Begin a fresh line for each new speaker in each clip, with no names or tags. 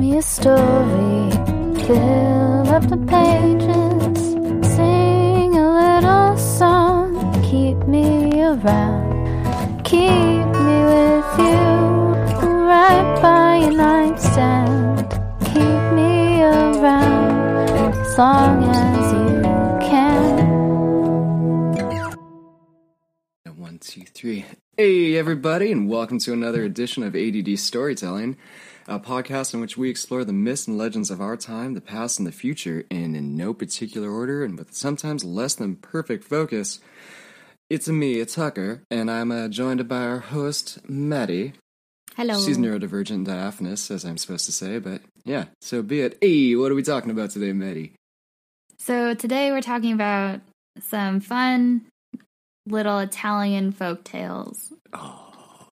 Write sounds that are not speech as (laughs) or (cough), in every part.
your story. Fill up the pages, sing a little song. Keep me around, keep me with you. Right by your nightstand, keep me around as long as you can.
One, two, three. Hey, everybody, and welcome to another edition of ADD Storytelling, a podcast in which we explore the myths and legends of our time, the past, and the future, and in no particular order and with sometimes less than perfect focus. It's me, it's Hucker, and I'm uh, joined by our host, Maddie.
Hello.
She's neurodivergent and diaphanous, as I'm supposed to say, but yeah, so be it. Hey, what are we talking about today, Maddie?
so today we're talking about some fun little Italian folk tales.
Oh,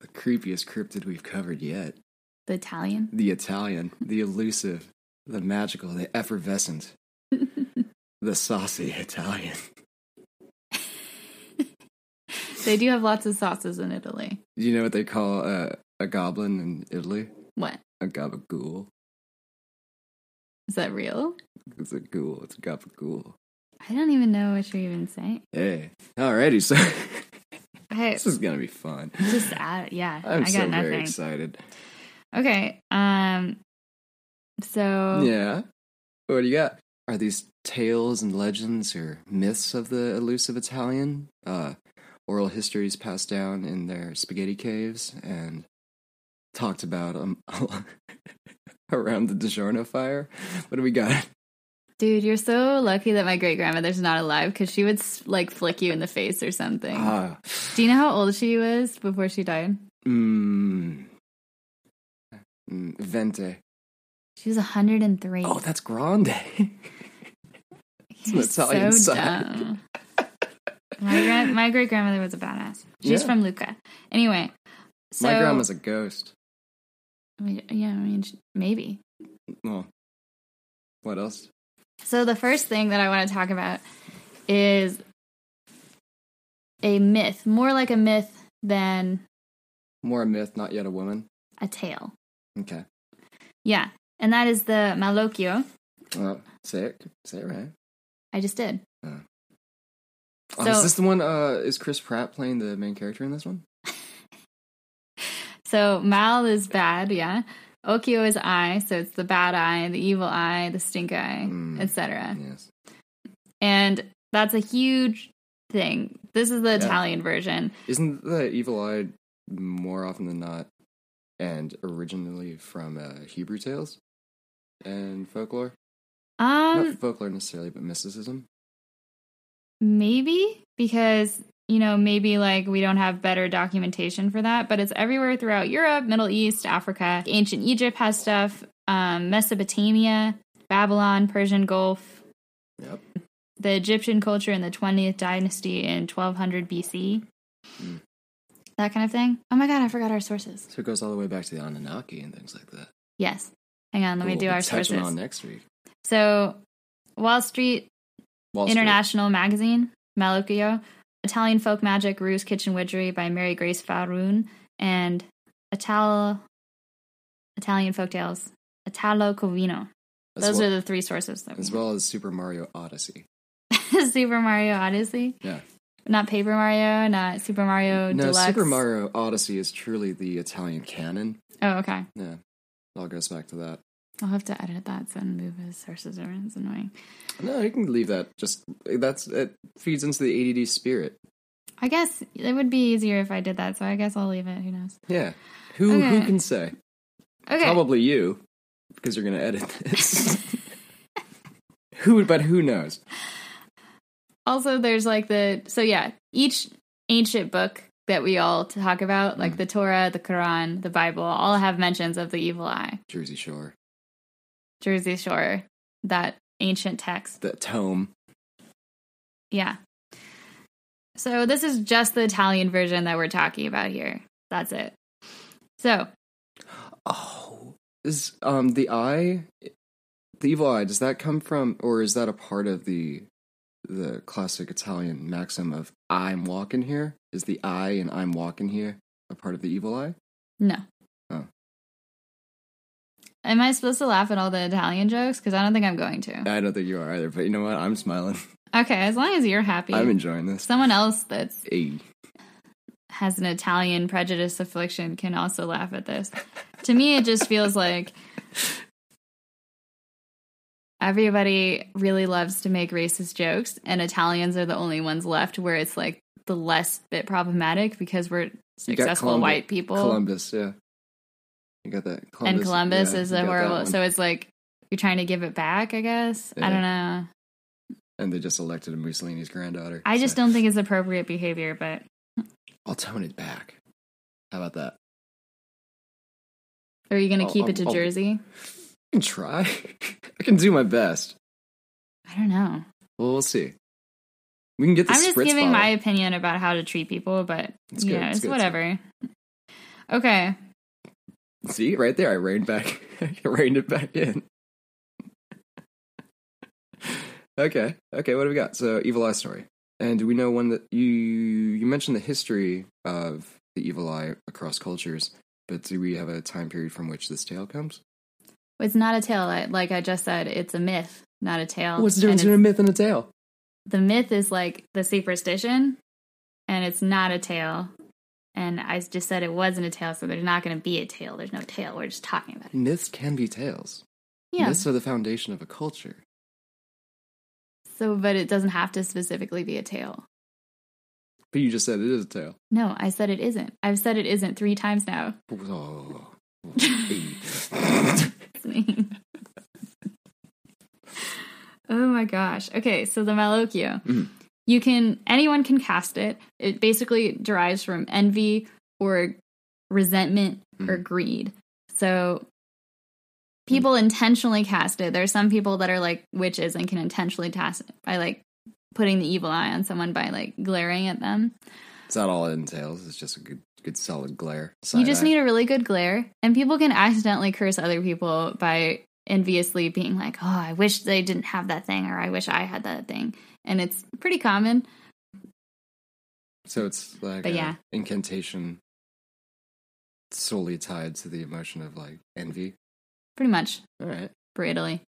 the creepiest cryptid we've covered yet.
The Italian.
the Italian, the elusive, the magical, the
(laughs)
effervescent, the saucy Italian.
They do have lots of sauces in Italy.
Do you know what they call uh, a goblin in Italy?
What?
A gabagool.
Is that real?
It's a ghoul. It's a gabagool.
I don't even know what you're even saying.
Hey, alrighty, so (laughs)
I
this is gonna be fun.
just add, yeah.
I'm
got
so
nothing.
very excited.
Okay. Um
Um,
so
Yeah, what do you got? Are these tales and legends or myths of the elusive Italian? Uh, oral histories passed down in their spaghetti caves and talked about um, (laughs) around the DiGiorno fire. What do we got?
dude, you're so lucky that my great grandmother's not alive cuz she would s- like flick you in the face or something.
Ah,
do you know how old she was before she died?
mm, mm, vente.
She was 103.
Oh, that's grande. (laughs) an
You're
Italian side.
dumb. (laughs) my gran- my great grandmother was a badass. She's
Yeah.
from Lucca. Anyway, so
My grandma's a ghost.
I mean, yeah, I mean, sh- maybe.
Well, what else?
So the first thing that I want to talk about is a myth, more like a myth than
More a myth, not yet a woman.
a tale.
Okay.
Yeah, and that is the Malocchio.
Well, say it. Say it right.
I just did.
Oh,
So-
is this the one? Uh, is Chris Pratt playing the main character in this one?
So Mal is bad, yeah. Occhio is eye, so it's the bad eye, the evil eye, the stink eye,
Mm.
etc.
Yes.
And that's a huge thing. This is the
Yeah.
Italian version.
Isn't the evil eye more often than not, and originally from uh, Hebrew tales and folklore?
Um
not folklore necessarily, but mysticism.
maybe because you know, maybe like we don't have better documentation for that, but it's everywhere throughout Europe, Middle East, Africa. Ancient Egypt has stuff, um, Mesopotamia, Babylon, Persian Gulf,
Yep.
the Egyptian culture in the 20th dynasty in 1200 BC.
Mm.
That kind of thing. Oh my God, I forgot our sources.
So it goes all the way back to the Anunnaki and things like that.
Yes. Hang on, let me
Cool.
do
We'll
our
touch
sources.
on next week.
So, Wall Street
Wall Street.
International Magazine, Malocchio, Italian Folk Magic, Ruse Kitchen Witchery by Mary Grace Farun, and Ital- Italian Folk Tales, Italo Covino.
As
Those
well,
are the three sources. That we (laughs)
as well as Super Mario Odyssey.
Super Mario Odyssey,
Yeah.
not Paper Mario, not Super Mario
no,
Oh, Deluxe.
Super Mario Odyssey is truly the Italian canon.
Oh, okay.
Yeah. It all goes back to that.
I'll have to edit that so I don't move his sources around. It's annoying.
No, you can leave that. Just that's it feeds into the ADD spirit.
I guess it would be easier if I did that, so I guess I'll leave it. Who knows?
Yeah. Who who
Okay.
can say?
Okay.
Probably you, because you're gonna edit this. (laughs) who? But who knows?
also there's like the so yeah each ancient book that we all talk about like the torah the quran the bible all have mentions of the evil eye
Jersey Shore,
jersey shore that ancient text
the tome.
yeah so this is just the italian version that we're talking about here that's it so
Oh, is um the eye, the evil eye? Does that come from, or is that a part of the the classic Italian maxim of "I'm walking here"? Is the eye and "I'm walking here" a part of the evil eye?
no
Oh.
Am I supposed to laugh at all the Italian jokes? Because I don't think I'm going to.
I don't think you are either, but you know what? I'm smiling.
Okay, as long as you're happy.
I'm enjoying this.
Someone else that
Hey,
has an Italian prejudice affliction can also laugh at this. to me, it just feels like everybody really loves to make racist jokes, and Italians are the only ones left where it's like the less bit problematic because we're
You got
successful
Columbu-
white people.
Columbus, yeah. You got that.
and Columbus
yeah,
is
you
a
got that
horrible.
one.
So it's like you're trying to give it back, I guess. I
Yeah.
don't know.
and they just elected Mussolini's granddaughter.
I just
so
don't think it's appropriate behavior, but
I'll tone it back. How about that?
are you going
I'll-
to keep
I'll-
it to
I'll-
Jersey?
I can try. (laughs) I can do my best.
I don't know.
Well, we'll see. We can get the
I'm just
spritz
giving
bottle.
my opinion about how to treat people, but
It's
you
good,
know,
it's
it's
good, it's
whatever. Okay.
See, right there, I reined back. (laughs) I reined it back in. okay, okay. What do we got? So, Evil Eye story, and do we know one that you you mentioned the history of the Evil Eye across cultures? But do we have a time period from which this tale comes?
It's not a tale. I, like I just said, it's a myth, not a tale.
What's the
Um, And
difference between a myth
it's-
and a tale?
The myth is like the superstition, and it's not a tale. And I just said it wasn't a tale, so there's not going to be a tale. There's no tale. We're just talking about it.
Myths can be tales.
Yeah.
Myths are the foundation of a culture.
So, but it doesn't have to specifically be a tale.
But you just said it is a
(laughs)
tale.
No, I said it isn't. I've said it isn't three times now.
Oh.
oh my gosh. Okay, so the Malocchio.
Mhm.
You can anyone can cast it. It basically derives from envy or resentment or
Mhm.
greed. So people intentionally cast it. There are some people that are like witches and can intentionally cast it by like putting the evil eye on someone by like glaring at them.
(laughs) it's not all it entails. It's just a good, good solid glare.
you just
Side-eye.
need a really good glare, and people can accidentally curse other people by enviously being like, "Oh, I wish they didn't have that thing," or "I wish I had that thing," and it's pretty common.
So it's like
But
a
yeah.
incantation solely tied to the emotion of like envy.
Pretty much
All right.
for Italy.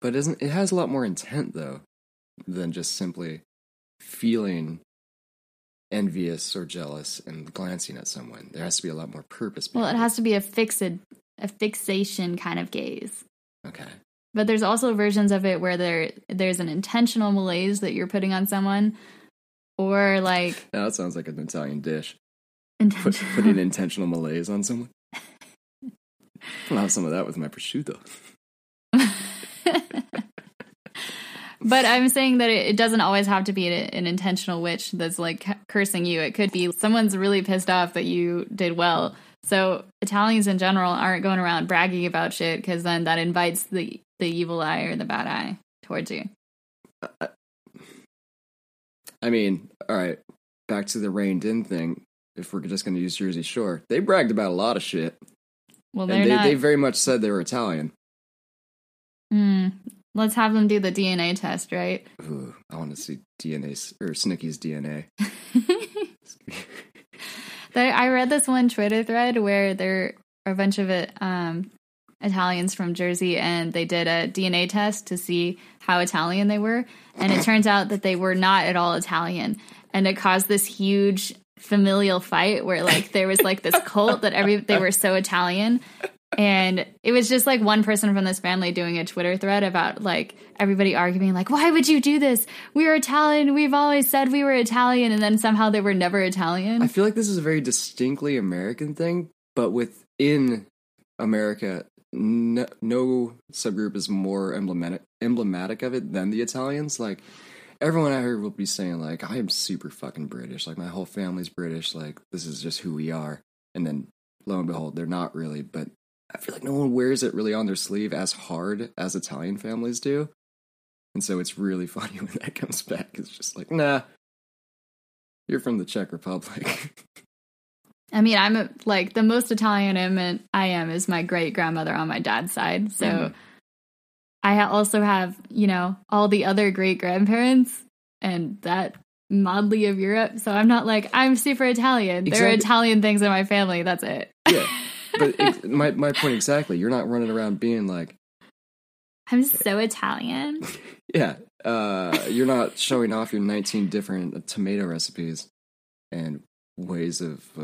But isn't it has a lot more intent though than just simply feeling envious or jealous and glancing at someone. There has to be a lot more purpose.
Well, it
behind
has to be a fixed, a fixation kind of gaze.
Okay.
But there's also versions of it where there there's an intentional malaise that you're putting on someone, or like
Now that sounds like an Italian dish. Put,
intentional. (laughs)
putting intentional malaise on someone. I'll have some of that with my prosciutto.
but I'm saying that it, it doesn't always have to be an, an intentional witch that's like cu- cursing you. It could be someone's really pissed off that you did well. So Italians in general aren't going around bragging about shit because then that invites the the evil eye or the bad eye towards you.
I mean, all right, back to the reined in thing. If we're just going to use Jersey Shore, they bragged about a lot of shit,
Well, they're
and they,
not.
they very much said they were Italian.
Mm. let's have them do the DNA test, right?
Ooh, I want to see DNA s- or Snicky's DNA.
There, I read this one Twitter thread where there are a bunch of it, um, Italians from Jersey, and they did a DNA test to see how Italian they were, and it turns out that they were not at all Italian, and it caused this huge familial fight where like there was like this cult that every they were so Italian. And it was just like one person from this family doing a Twitter thread about like everybody arguing, like, why would you do this? We are Italian. We've always said we were Italian. And then somehow they were never Italian.
I feel like this is a very distinctly American thing, but within America, no, no subgroup is more emblematic emblematic of it than the Italians. Like everyone out here will be saying, like, I am super fucking British. Like my whole family's British. Like this is just who we are. And then lo and behold, they're not really. But I feel like no one wears it really on their sleeve as hard as Italian families do. And so it's really (laughs) funny when that comes back. It's just like, nah, you're from the Czech Republic.
I mean, I'm a, like the most Italian I'm in- I am is my great grandmother on my dad's side.
(laughs)
So
Mhm.
I ha- also have, you know, all the other great grandparents and that motley of Europe. So I'm not like, I'm super Italian. There are
Exactly.
Italian things in my family. That's it.
yeah. but ex- my my point exactly. You're not running around being like,
(laughs) I'm so Italian.
yeah. Uh, you're not showing off your 19 different tomato recipes and ways of. Uh,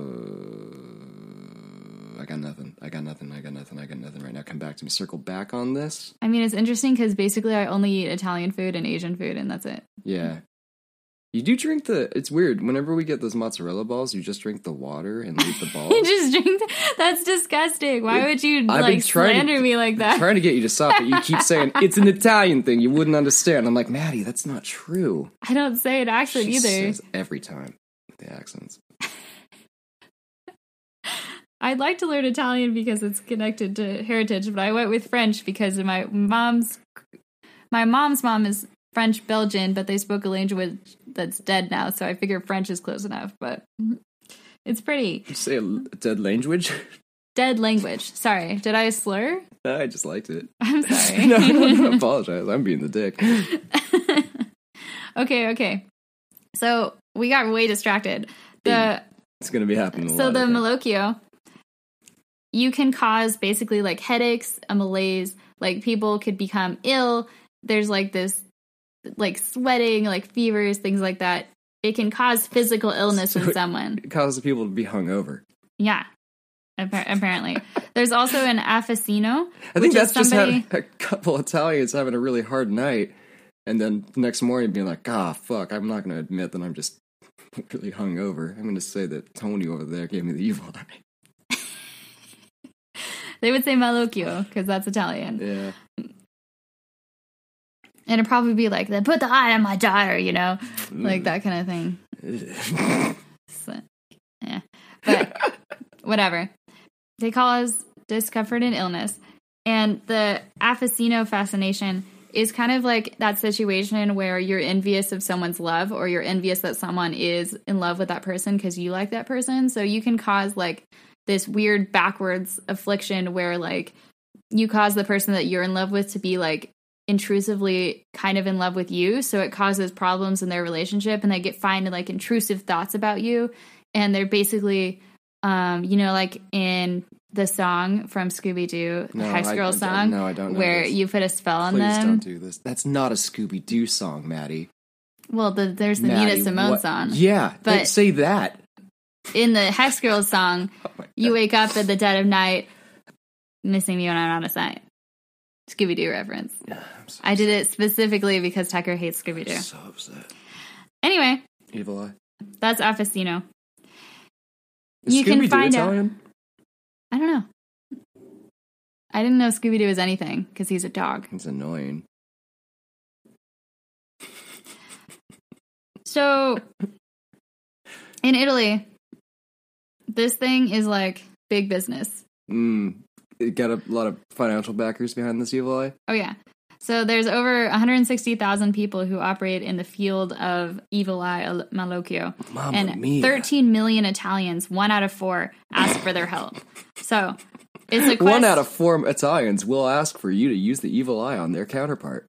I got nothing. I got nothing. I got nothing. I got nothing right now. Come back to me. Circle back on this.
I mean, it's interesting because basically I only eat Italian food and Asian food, and that's it.
Yeah. You do drink the. It's weird. Whenever we get those mozzarella balls, you just drink the water and leave the balls.
You (laughs) just drink. th- That's disgusting. Why would you
I've been
like
trying to-
slander me like that?
trying to get you to stop it. You keep saying it's an Italian thing. You wouldn't understand. I'm like, Maddie, that's not true.
I don't say an accent
She
either.
says every time with the accents.
I'd like to learn Italian because it's connected to heritage, but I went with French because my mom's my mom's mom is French Belgian, but they spoke a language that's dead now, so I figure French is close enough, but (laughs) it's pretty
You say a l- dead language. (laughs)
dead language. Sorry, did I slur? (laughs)
I just liked it. (laughs)
I'm sorry. (laughs)
no, no, no, apologize. I'm being the dick.
okay, okay. So we got way distracted. The
It's gonna be happening. A
so
lot,
the
I think.
malocchio you can cause basically like headaches a malaise like people could become ill there's like this like sweating like fevers things like that it can cause physical illness in
So-
someone
It causes people to be hungover.
yeah appar- apparently there's also an afficino
I
Which
think that's
is
just had
somebody-
(laughs) a couple Italians having a really hard night, and then the next morning being like, "Ah, fuck! I'm not gonna admit that I'm just (laughs) really hungover. I'm gonna say that Tony over there gave me the evil
(laughs)
eye."
they would say malocchio because that's italian
Yeah. (laughs)
and it'd probably be like then put the eye on my gyre you know like
Mm.
that kind of thing So, yeah. Eh, But whatever. They cause discomfort and illness. And the affascino fascination is kind of like that situation where you're envious of someone's love or you're envious that someone is in love with that person because you like that person. So you can cause like this weird backwards affliction where like you cause the person that you're in love with to be like intrusively kind of in love with you so it causes problems in their relationship and they get find like intrusive thoughts about you and they're basically um you know like in the song from scooby-doo the
No,
hex
I-
girl
I don't-
song
no, I don't know
where
this.
you put a spell on
Please
them
don't do this. That's not a Scooby Doo song, Maddie.
well the, there's the
Maddie,
nina simone
what-
song
(laughs) Yeah,
But-
don't say that. Oh
in the hex girl song you wake up at the dead of night missing me when i'm not a sign scooby-doo reference
I'm so,
i did it specifically because tucker hates scooby-doo
so upset.
anyway
Evil eye.
That's Affasino.
Is
You can
Scooby-Doo
find out-
Italian?
I don't know. I didn't know Scooby Doo was anything because he's a dog.
It's annoying.
So in Italy, this thing is like big business.
Mm. It got a lot of financial backers behind this evil eye.
Oh, yeah. So there's over 160,000 people who operate in the field of evil eye al- malocchio.
Mamma
And
mia.
13 million Italians, one out of four, ask for their help. So it's a quest.
One out of four Italians will ask for you to use the evil eye on their counterpart.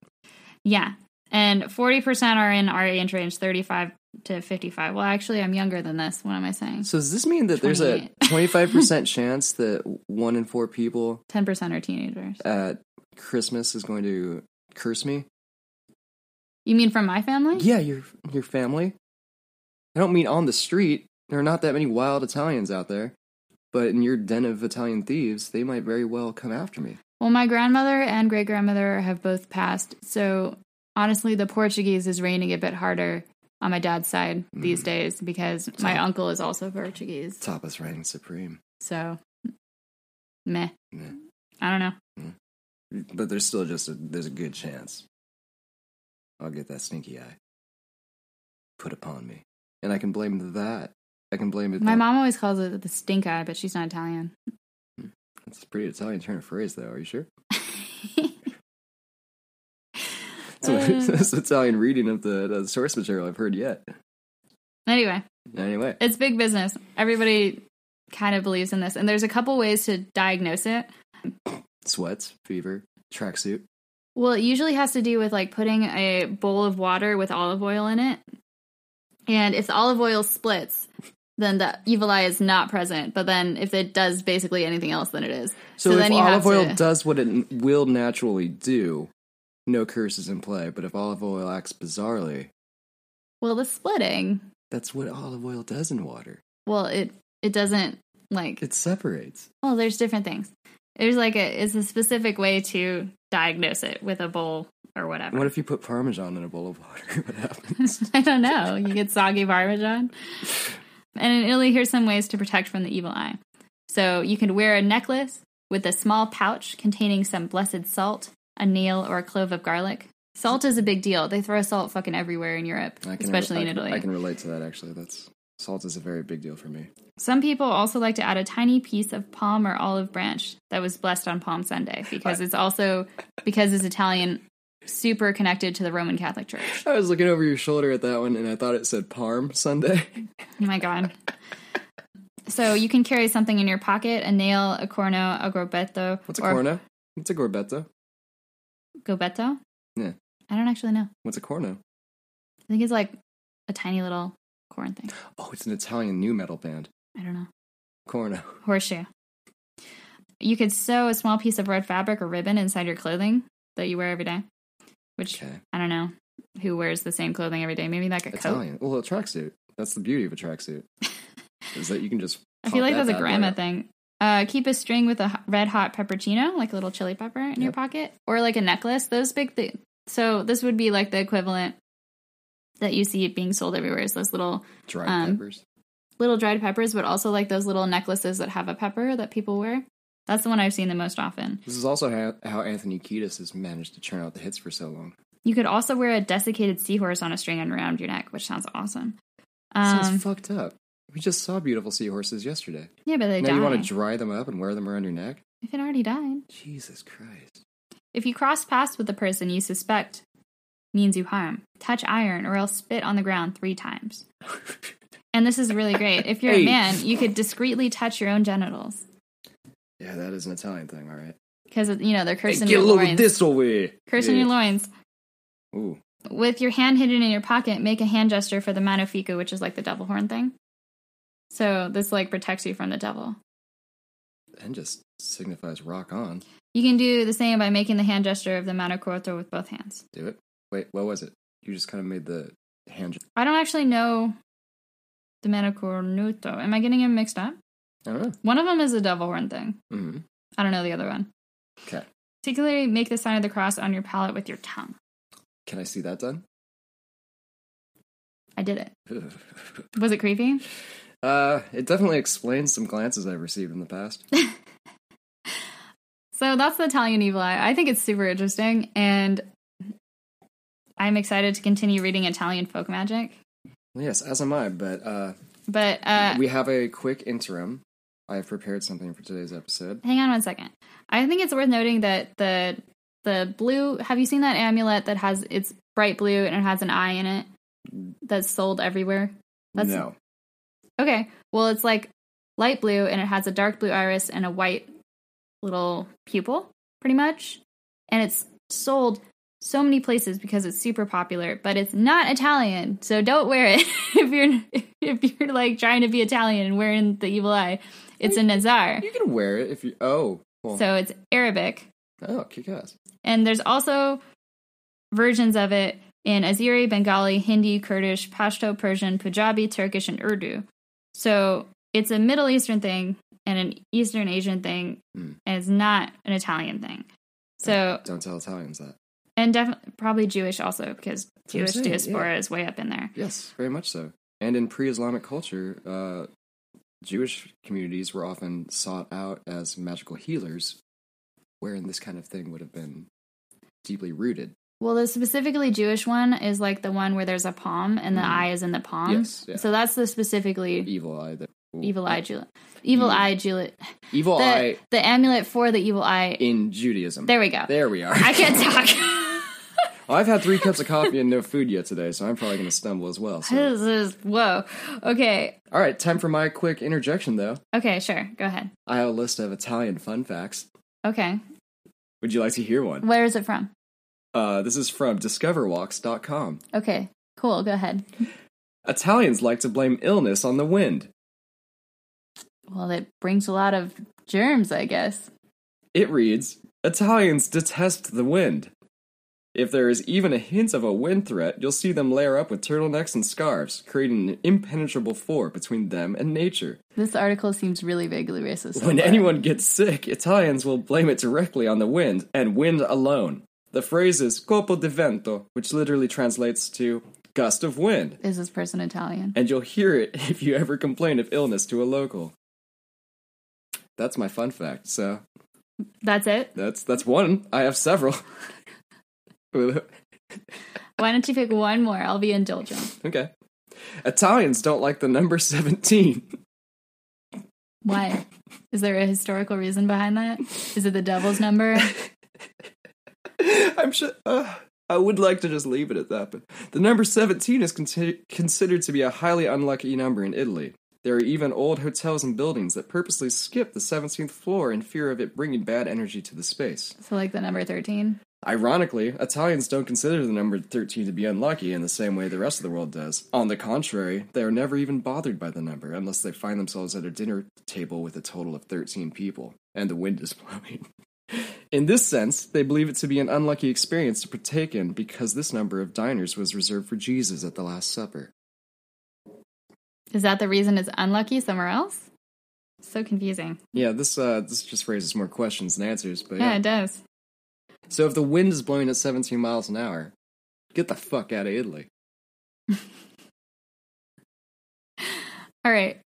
Yeah. And 40% are in our age range, 35 to 55. Well, actually, I'm younger than this. What am I saying?
So does this mean that there's a
(laughs)
25% chance that one in four people
10% are teenagers.
at Christmas is going to curse me?
You mean from my family?
Yeah, your your family. I don't mean on the street. There are not that many wild Italians out there, but in your den of Italian thieves, they might very well come after me.
Well, my grandmother and great grandmother have both passed. So honestly, the Portuguese is raining a bit harder on my dad's side
Mm-hmm.
these days because my uncle is also Portuguese.
Tapas reigning supreme.
So meh.
Meh.
I don't know.
But there's still just a there's a good chance. I'll get that stinky eye put upon me, and I can blame that. I can blame it.
My
that-
mom always calls it the stink eye, but she's not Italian.
That's a pretty Italian turn of phrase, though. Are you
(laughs)
sure? It's (laughs)
Uh.
the best Italian reading of the, the source material I've heard yet.
Anyway.
Anyway,
it's big business. Everybody kind of believes in this, and there's a couple ways to diagnose it.
sweats, fever, tracksuit.
Well, it usually has to do with like putting a bowl of water with olive oil in it, and if the olive oil splits, then the evil eye is not present. But then if it does basically anything else, then it is.
So, if
then
olive oil
to-
does what it n- will naturally do, no curse is in play. But if olive oil acts bizarrely,
well, the splitting.
that's what olive oil does in water.
Well, it it doesn't like
It separates.
well, there's different things. There's like a it's a specific way to diagnose it with a bowl or whatever.
What if you put parmesan in a bowl of water? (laughs) what happens?
(laughs) I don't know. You get soggy parmesan. And in Italy, here's some ways to protect from the evil eye. So you can wear a necklace with a small pouch containing some blessed salt, a nail, or a clove of garlic. Salt is a big deal. They throw salt fucking everywhere in Europe,
I can-
especially
I
in
can-
Italy.
I can relate to that actually. That's salt is a very big deal for me.
Some people also like to add a tiny piece of palm or olive branch that was blessed on Palm Sunday because it's also because it's Italian, super connected to the Roman Catholic Church.
I was looking over your shoulder at that one, and I thought it said Parm Sunday. (laughs)
Oh my god. So you can carry something in your pocket, a nail, a corno, a gorbetto.
What's a
or-
corno? What's a gorbetto?
Gorbetto?
Yeah.
I don't actually know.
What's a corno?
I think it's like a tiny little corn thing.
Oh, it's an Italian new metal band.
I don't know.
Corno.
Horseshoe. You could sew a small piece of red fabric or ribbon inside your clothing that you wear every day. Which
Okay.
I don't know who wears the same clothing every day. Maybe like a coat.
Italian. Well, a tracksuit. That's the beauty of a tracksuit. is that you can just.
(laughs) I feel
pop
like
that
that's a
bad boy
grandma
up.
thing. Uh, keep a string with a h- red hot peppercino, like a little chili pepper in your
Yep.
pocket, or like a necklace. Those big things. So this would be like the equivalent that you see it being sold everywhere is those little
Dried
Um,
peppers.
little dried peppers, but also like those little necklaces that have a pepper that people wear. That's the one I've seen the most often.
This is also how, how Anthony Kiedis has managed to churn out the hits for so long.
You could also wear a desiccated seahorse on a string and around your neck, which sounds awesome. Um,
Sounds fucked up. We just saw beautiful seahorses yesterday.
yeah, but they
now
die.
you want to dry them up and wear them around your neck?
if it already died,
Jesus Christ.
if you cross paths with the person you suspect means you harm, touch iron or else spit on the ground
(laughs)
three times. And this is really great. If you're
Hey.
a man, you could discreetly touch your own genitals
Yeah, that is an Italian thing, all right.
because you know they're
Hey,
cursing
get a
your
load of
loins.
this away.
Cursing
Yeah.
your loins.
Ooh.
with your hand hidden in your pocket, make a hand gesture for the manofiku, which is like the devil horn thing. So this like protects you from the devil.
And just signifies rock on.
You can do the same by making the hand gesture of the manokoto with both hands.
Do it. Wait, what was it? You just kind of made the hand.
I don't actually know the manokornuto. Am I getting them mixed up?
I don't know.
One of them is the devil horn thing.
Mm-hmm.
I don't know the other one.
Okay.
Particularly, make the sign of the cross on your palate with your tongue.
Can I see that done?
I did it.
(laughs)
Was it creepy?
uh, it definitely explains some glances I've received in the
(laughs)
past.
So that's the Italian Evil Eye. I think it's super interesting, and I'm excited to continue reading Italian folk magic.
yes, as am I, but uh,
But uh,
we have a quick interim. I have prepared something for today's episode.
hang on one second. I think it's worth noting that the the blue. Have you seen that amulet that has it's bright blue and it has an eye in it that's sold everywhere? That's-
no.
Okay, well it's like light blue and it has a dark blue iris and a white little pupil, pretty much. And it's sold so many places because it's super popular, but it's not Italian, so don't wear it (laughs) if you're if you're like trying to be Italian and wearing the evil eye. It's a nazar.
You can wear it if you. Oh, cool.
So it's Arabic.
oh, kick ass.
And there's also versions of it in Azeri, Bengali, Hindi, Kurdish, Pashto, Persian, Punjabi, Turkish, and Urdu. So it's a Middle Eastern thing and an Eastern Asian thing,
Mm.
and it's not an Italian thing. So,
Don't tell Italians that.
and definitely probably Jewish also,
That's
because
what I'm
Jewish
saying,
diaspora is way up in there.
Yes, very much so. And in pre-Islamic culture, uh, Jewish communities were often sought out as magical healers, wherein this kind of thing would have been deeply rooted.
Well, the specifically Jewish one is like the one where there's a palm and the
Mm.
eye is in the palm.
Yes, yeah.
So that's the specifically
Evil eye, that
evil eye, Jewel. Evil
Evil-
eye, Jewel.
evil
the,
eye
the amulet for the evil eye.
in Judaism.
There we go.
There we are. (laughs)
I can't talk.
I've had three cups of coffee and no food yet today, so I'm probably going to stumble as well. So.
this is whoa. Okay.
All right, time for my quick interjection, though.
Okay. Sure. Go ahead.
I have a list of Italian fun facts.
Okay.
Would you like to hear one?
Where is it from?
Uh, this is from discoverwalks.com.
Okay. Cool. Go ahead.
Italians like to blame illness on the wind.
Well, that brings a lot of germs, I guess.
It reads Italians detest the wind. If there is even a hint of a wind threat, you'll see them layer up with turtlenecks and scarves, creating an impenetrable fort between them and nature.
This article seems really vaguely racist. so
When
far.
anyone gets sick, Italians will blame it directly on the wind and wind alone. The phrase is colpo di vento, which literally translates to gust of wind,
is this person Italian?
and you'll hear it (laughs) if you ever complain of illness to a local. That's my fun fact. So
That's it.
that's that's one. I have several. (laughs) okay.
Why don't you pick one more? I'll be indulgent.
Italians don't like the number (laughs) 17.
Why? Is there a historical reason behind that? Is it the devil's number?
(laughs) I'm sure. Uh, I would like to just leave it at that, but the number 17 is conti- considered to be a highly unlucky number in Italy. There are even old hotels and buildings that purposely skip the 17th floor in fear of it bringing bad energy to the space.
So, like the number 13?
Ironically, Italians don't consider the number 13 to be unlucky in the same way the rest of the world does. On the contrary, they are never even bothered by the number unless they find themselves at a dinner table with a total of 13 people and the wind is (laughs) blowing. In this sense, they believe it to be an unlucky experience to partake in because this number of diners was reserved for Jesus at the Last Supper.
Is that the reason it's unlucky somewhere else? So confusing.
Yeah, this uh, this just raises more questions than answers, but
yeah,
yeah.
it does.
So if the wind is blowing at 17 miles an hour, get the fuck out of Italy.
All right.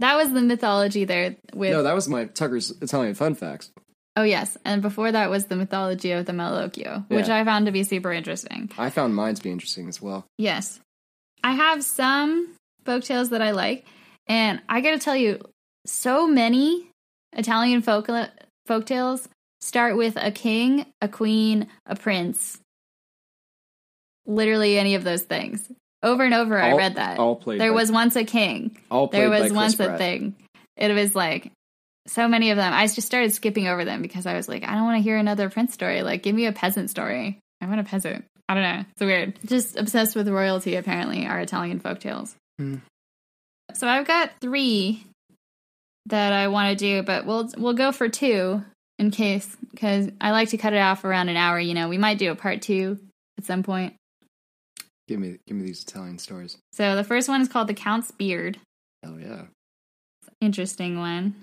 That was the mythology there with
No, that was my Tucker's Italian fun facts.
Oh yes, and before that was the mythology of the Malocchio, which
Yeah.
I found to be super interesting.
I found mine to be interesting as well.
Yes. I have some folk tales that I like, and I got to tell you so many Italian folk folktales start with a king, a queen, a prince. Literally any of those things. Over and over I
All-
read that.
all played
there
by-
was once a king.
All
There
played by
was
Chris
once a
Pratt.
thing. It was like so many of them. I just started skipping over them because I was like, I don't want to hear another prince story. Like, give me a peasant story. I want a peasant. I don't know. It's weird. Just obsessed with royalty, apparently, are Italian folktales.
Hmm.
So I've got three that I want to do, but we'll we'll go for two in case because I like to cut it off around an hour. You know, we might do a part two at some point.
Give me, give me these Italian stories.
So the first one is called the Count's Beard.
Oh yeah.
Interesting one.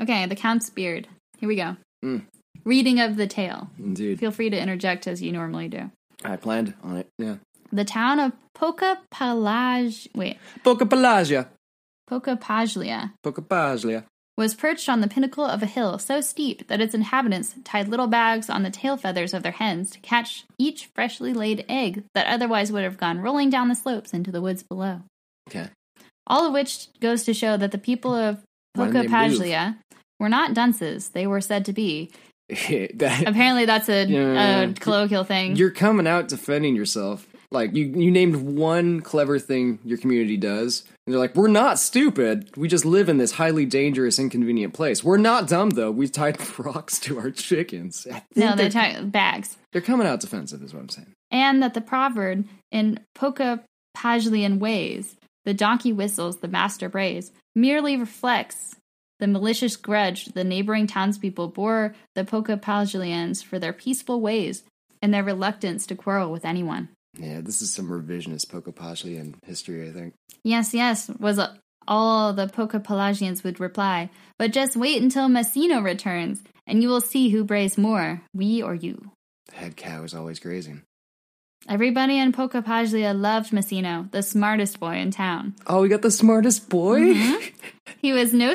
Okay, the Count's Beard. Here we go.
Mm.
Reading of the tale.
Indeed.
Feel free to interject as you normally do.
I planned on it. Yeah.
The town of Pocapalaj wait,
Poca Pelagia.
Pocapaglia
Poca Paglia.
was perched on the pinnacle of a hill so steep that its inhabitants tied little bags on the tail feathers of their hens to catch each freshly laid egg that otherwise would have gone rolling down the slopes into the woods below.
Okay. (laughs)
All of which goes to show that the people of
Why didn't they move?
Pocapaglia were not dunces they were said to be,
that,
(laughs) Apparently, that's a,
Yeah.
a colloquial thing.
you're coming out defending yourself. Like you, you named one clever thing your community does, and they're like, "We're not stupid. We just live in this highly dangerous, inconvenient place. We're not dumb though. We tied (laughs) frogs to our chickens." (laughs) I think
no,
they're,
they're ta- bags.
they're coming out defensive, is what I'm saying.
And that the proverb in Pocapagalian ways, the donkey whistles, the master brays, merely reflects the malicious grudge the neighboring townspeople bore the Pocapagalians for their peaceful ways and their reluctance to quarrel with anyone.
Yeah, this is some revisionist Pocopashlian history, I think.
Yes, yes, was a- all the Pocapalagians would reply. But just wait until Messino returns, and you will see who brays more, we or you.
The head cow is always grazing.
Everybody in Pocapaglia loved Messino, the smartest boy in town.
Oh, we got the smartest boy?
Mm-hmm. He was no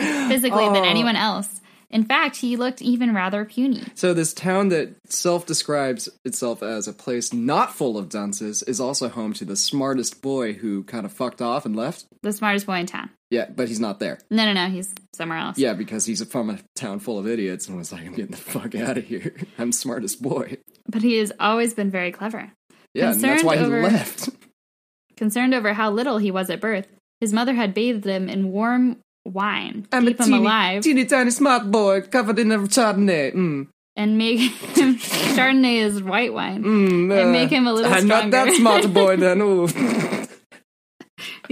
(gasps)
physically than
Oh.
anyone else. In fact, he looked even rather puny.
(laughs) So, this town that self describes itself as a place not full of dunces is also home to the smartest boy who kind of fucked off and left.
The smartest boy in town.
Yeah, but he's not there.
No, no, no, he's somewhere else.
Yeah, because he's from a town full of idiots and was like, I'm getting the fuck out of here. (laughs) I'm smartest boy.
But he has always been very clever.
Yeah, and that's
Concerned
why
over-
he left.
Concerned over how little he was at birth, his mother had bathed him in warm wine to keep him
(laughs)
alive
teeny tiny smart boy covered in a chardonnay. Mm,
and make him. (laughs) Chardonnay is white wine.
mm,
And make him a little (laughs)
I'm not that
stronger.
smart boy then. Ooh.
think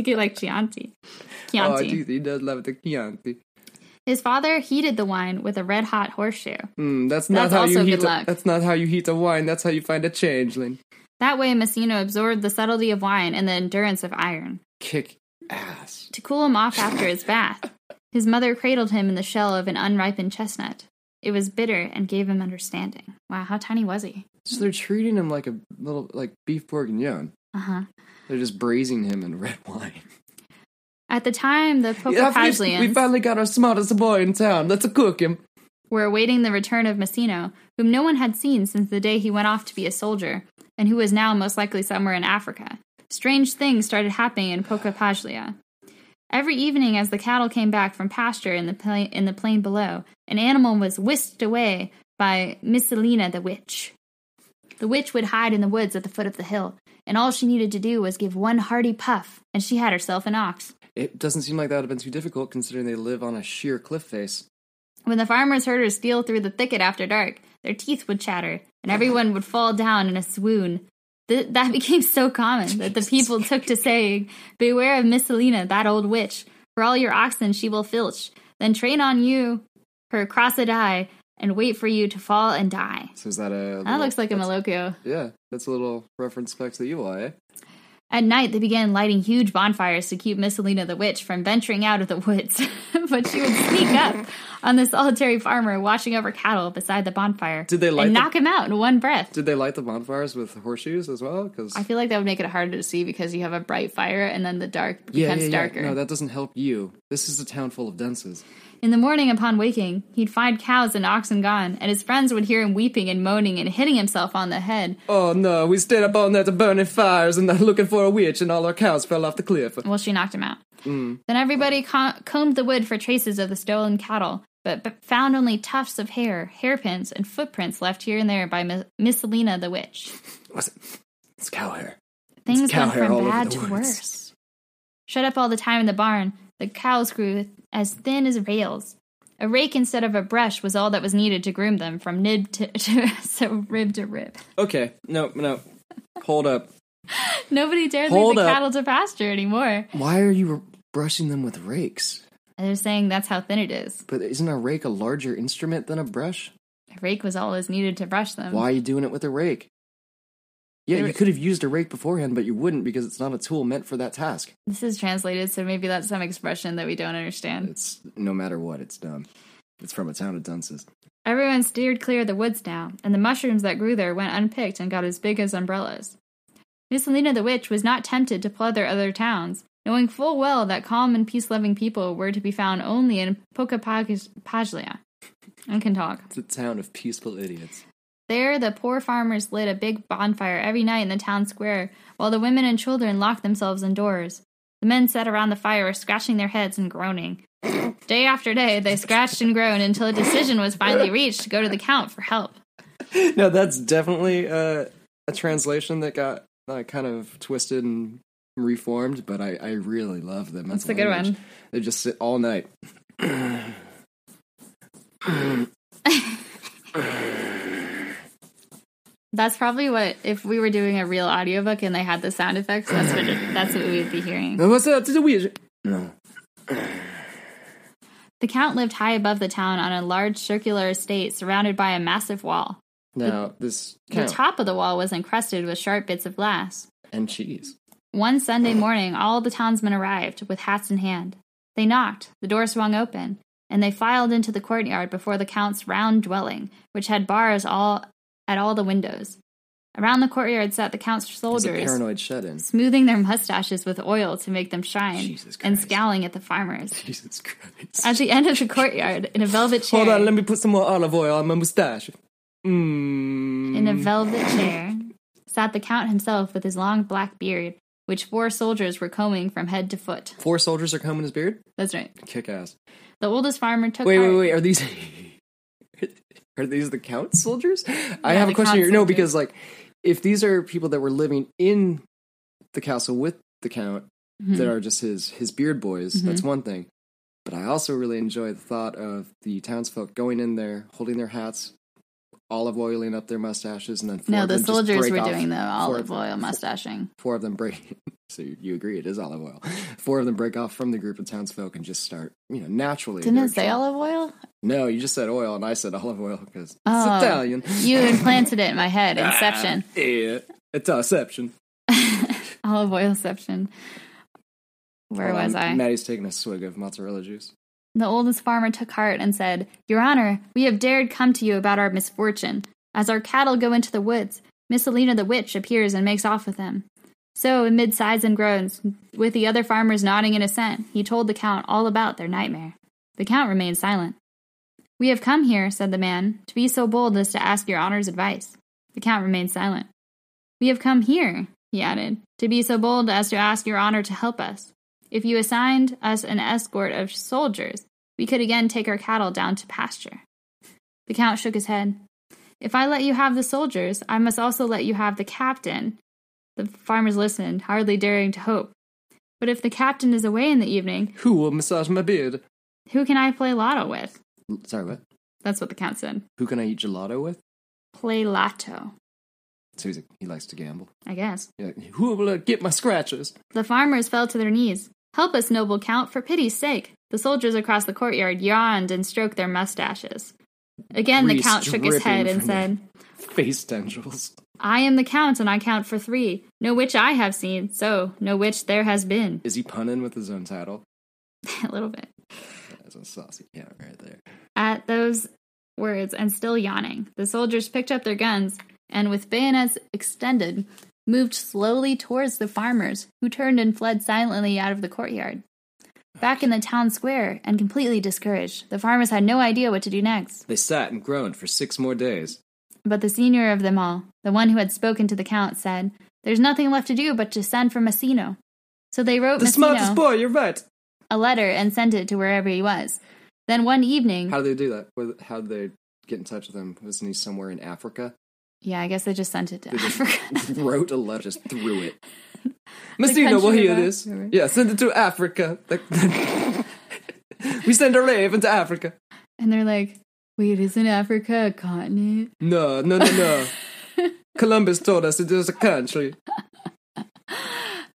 he liked Chianti.
Oh,
Chianti.
geez, he does love the Chianti.
His father heated the wine with a red hot horseshoe.
Mm, that's not
That's
how you
also
heat.
good
a-
luck.
that's not how you heat a wine. That's how you find a changeling.
That way, Messina absorbed the subtlety of wine and the endurance of iron.
Kick ass.
To cool him off after his bath, his mother cradled him in the shell of an unripened chestnut. It was bitter and gave him understanding. Wow, how tiny was he?
So they're treating him like a little like beef bourguignon.
Uh huh.
They're just braising him in red
(laughs)
wine.
At the time, the
Yeah, we, we
Popocatlians
finally got our smartest boy in town. Let's cook him.
were awaiting the return of Messino, whom no one had seen since the day he went off to be a soldier, and who was now most likely somewhere in Africa. Strange things started happening in Popocatlia. Every evening, as the cattle came back from pasture in the plain, in the plain below, an animal was whisked away by Misselina the witch. The witch would hide in the woods at the foot of the hill, and all she needed to do was give one hearty puff, and she had herself an ox.
It doesn't seem like that would have been too difficult considering they live on a sheer cliff face.
When the farmer's herders steal through the thicket after dark, their teeth would chatter, and everyone would fall down in a swoon. Th- that (laughs) became so common that the people took to saying, Beware of Misselina, that old witch. For all your oxen she will filch. Then train on you her crossed eye, and wait for you to fall and die.
So is that a?
That
little-
looks like a
that's-
Malocchio.
Yeah, that's a little reference back to the evil eye. eh?
At night, they began lighting huge bonfires to keep Misselina the witch from venturing out of the woods. (laughs) but she would sneak up on the solitary farmer watching over cattle beside the bonfire.
Did they light
and
the-
knock him out in one breath?
Did they light the bonfires with horseshoes as well? Because
I feel like that would make it harder to see because you have a bright fire and then the dark becomes darker.
No, that doesn't help you. This is a town full of dunces.
In the morning, upon waking, he'd find cows and oxen gone, and his friends would hear him weeping and moaning and hitting himself on the head.
Oh no, we stayed up all night burning fires and looking for a witch, and all our cows fell off the cliff.
Well, she knocked him out.
Mm.
Then everybody co- combed the wood for traces of the stolen cattle, but, but found only tufts of hair, hairpins, and footprints left here and there by Mi- Miss Selina the witch.
What's it? It's cow hair.
Things
cow
went
hair all
from
over
bad
the
to
woods.
worse. Shut up all the time in the barn, the cows grew as thin as rails. A rake instead of a brush was all that was needed to groom them from nib to, (laughs) to so rib to rib.
Okay, no, no. Hold up.
Nobody dared
Hold
leave the
up.
cattle to pasture anymore.
Why are you brushing them with rakes?
And they're saying that's how thin it is.
But isn't a rake a larger instrument than a brush?
A rake was all that was needed to brush them.
Why are you doing it with a rake? Yeah,
Um, There-
you could have used a rake beforehand, but you wouldn't because it's not a tool meant for that task.
This is translated, so maybe that's some expression that we don't understand.
It's no matter what, it's dumb. It's from a town of dunces.
Everyone steered clear of the woods now, and the mushrooms that grew there went unpicked and got as big as umbrellas. Misselina the witch was not tempted to plother other towns, knowing full well that calm and peace loving people were to be found only in Pocapaglia. And can talk.
It's a town of peaceful idiots.
There, the poor farmers lit a big bonfire every night in the town square, while the women and children locked themselves indoors. The men sat around the fire, scratching their heads and (laughs) groaning. Day after day, they scratched and groaned until a decision was finally reached to go to the count for help.
(laughs) No, that's definitely uh, a translation that got uh, kind of twisted and reformed, but I, I really love them.
That's a good one.
They just sit all night.
That's probably what if we were doing a real audiobook and they had the sound effects. That's what it, that's what we would be hearing.
Now, What's up to the witch? No.
The count lived high above the town on a large circular estate surrounded by a massive wall.
Now, this
The
count
top of the wall was encrusted with sharp bits of glass.
and cheese.
One Sunday morning, all the townsmen arrived with hats in hand. They knocked, the door swung open, and they filed into the courtyard before the count's round dwelling, which had bars all at all the windows. Around the courtyard sat the count's
It's a
soldiers,
paranoid shut-in. (laughs)
smoothing their mustaches with oil to make them shine,
Jesus
and
Christ.
scowling at the farmers.
Jesus Christ.
At the end of the courtyard, in a velvet chair,
Hold on, let me put some more olive oil on my mustache. Mmm.
in a velvet chair, sat the count himself with his long black beard, which four soldiers were combing from head to foot.
Four soldiers are combing his beard?
That's right.
Kick ass.
The oldest farmer took
Wait,
heart.
wait, wait. Are these (laughs) are these the count soldiers? I
Yeah,
have
the
a question
count
here. No,
soldiers.
because like if these are people that were living in the castle with the count
Mm-hmm.
that are just his his beard boys, that's one thing. But I also really enjoy the thought of the townsfolk going in there, holding their hats, olive oiling up their mustaches, and then four
No,
of
the
them just
soldiers
break
were
off-
doing the
four of
olive
them-
oil mustaching.
Four of them break (laughs) So you, you agree it is olive oil. Four of them break off from the group of townsfolk and just start, you know, naturally.
Didn't it
their-
say olive oil?
No, you just said oil, and I said (laughs) olive oil because
Oh.
it's Italian.
You implanted it in
(laughs)
my head. Inception. (laughs)
Ah, yeah, it's inception.
olive oilception. Where
Hold
was
on,
I?
Um, Maddie's taking a swig of mozzarella juice.
The oldest farmer took heart and said, Your Honor, we have dared come to you about our misfortune. As our cattle go into the woods, Miss Alina the witch appears and makes off with them. So, amid sighs and groans, with the other farmers nodding in assent, he told the count all about their nightmare. The count remained silent. We have come here, said the man, to be so bold as to ask your honor's advice. The count remained silent. We have come here, he added, to be so bold as to ask your honor to help us. If you assigned us an escort of soldiers, we could again take our cattle down to pasture. The count shook his head. If I let you have the soldiers, I must also let you have the captain. The farmers listened, hardly daring to hope. But if the captain is away in the evening,
Who will massage my beard?
who can I play lotto with?
L- Sorry, what?
That's what the count said.
Who can I eat gelato with?
Play lotto,
So he's a, he likes to gamble.
I guess.
Yeah, Who will uh, get my scratches?
The farmers fell to their knees. Help us, noble count, for pity's sake. The soldiers across the courtyard yawned and stroked their mustaches. Again, the
Grease
count shook his head
dripping
and
from
said,
Face tendrils.
I am the count, and I count for three. No witch I have seen, so no witch there has been. (laughs)
Is he punning with his own title?
a little bit.
That's a saucy count right there.
At those words, and still yawning, the soldiers picked up their guns and, with bayonets extended, moved slowly towards the farmers, who turned and fled silently out of the courtyard. Back in the town square, and completely discouraged, the farmers had no idea what to do next.
They sat and groaned for six more days.
But the senior of them all, the one who had spoken to the count, said, There's nothing left to do but to send for Massino. So they wrote
The smartest
Massino-
boy, you're right.
a letter and sent it to wherever he was. Then one evening,
How do they do that? What- How did they get in touch with him? Wasn't he somewhere in Africa?
yeah, I guess they just sent it to
They just
Africa.
wrote a letter, just threw (laughs) it.
The
Messina will
country
hear
of Af-
this. Yeah, send it to Africa. (laughs) we send our raven to Africa.
and they're like, wait, isn't Africa a continent?
No, no, no, no. (laughs) Columbus told us it was a country.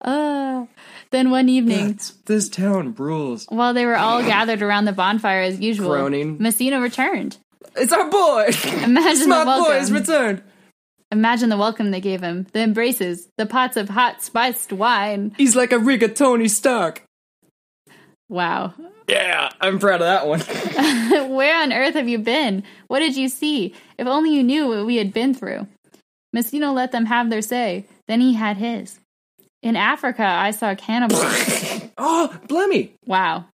Uh. Then one evening,
This town rules.
while they were all gathered around the bonfire as usual,
Groaning.
Messina returned.
It's our (laughs) boy.
Imagine the
Smart boy is
welcome.
returned.
Imagine the welcome they gave him, the embraces, the pots of hot spiced wine.
He's like a rigatoni Stark.
Wow. (laughs)
Yeah, I'm proud of that one.
Where on earth have you been? What did you see? If only you knew what we had been through. Messino let them have their say. Then he had his. In Africa, I
(laughs)
saw cannibals.
(laughs) oh, Blemmy.
wow.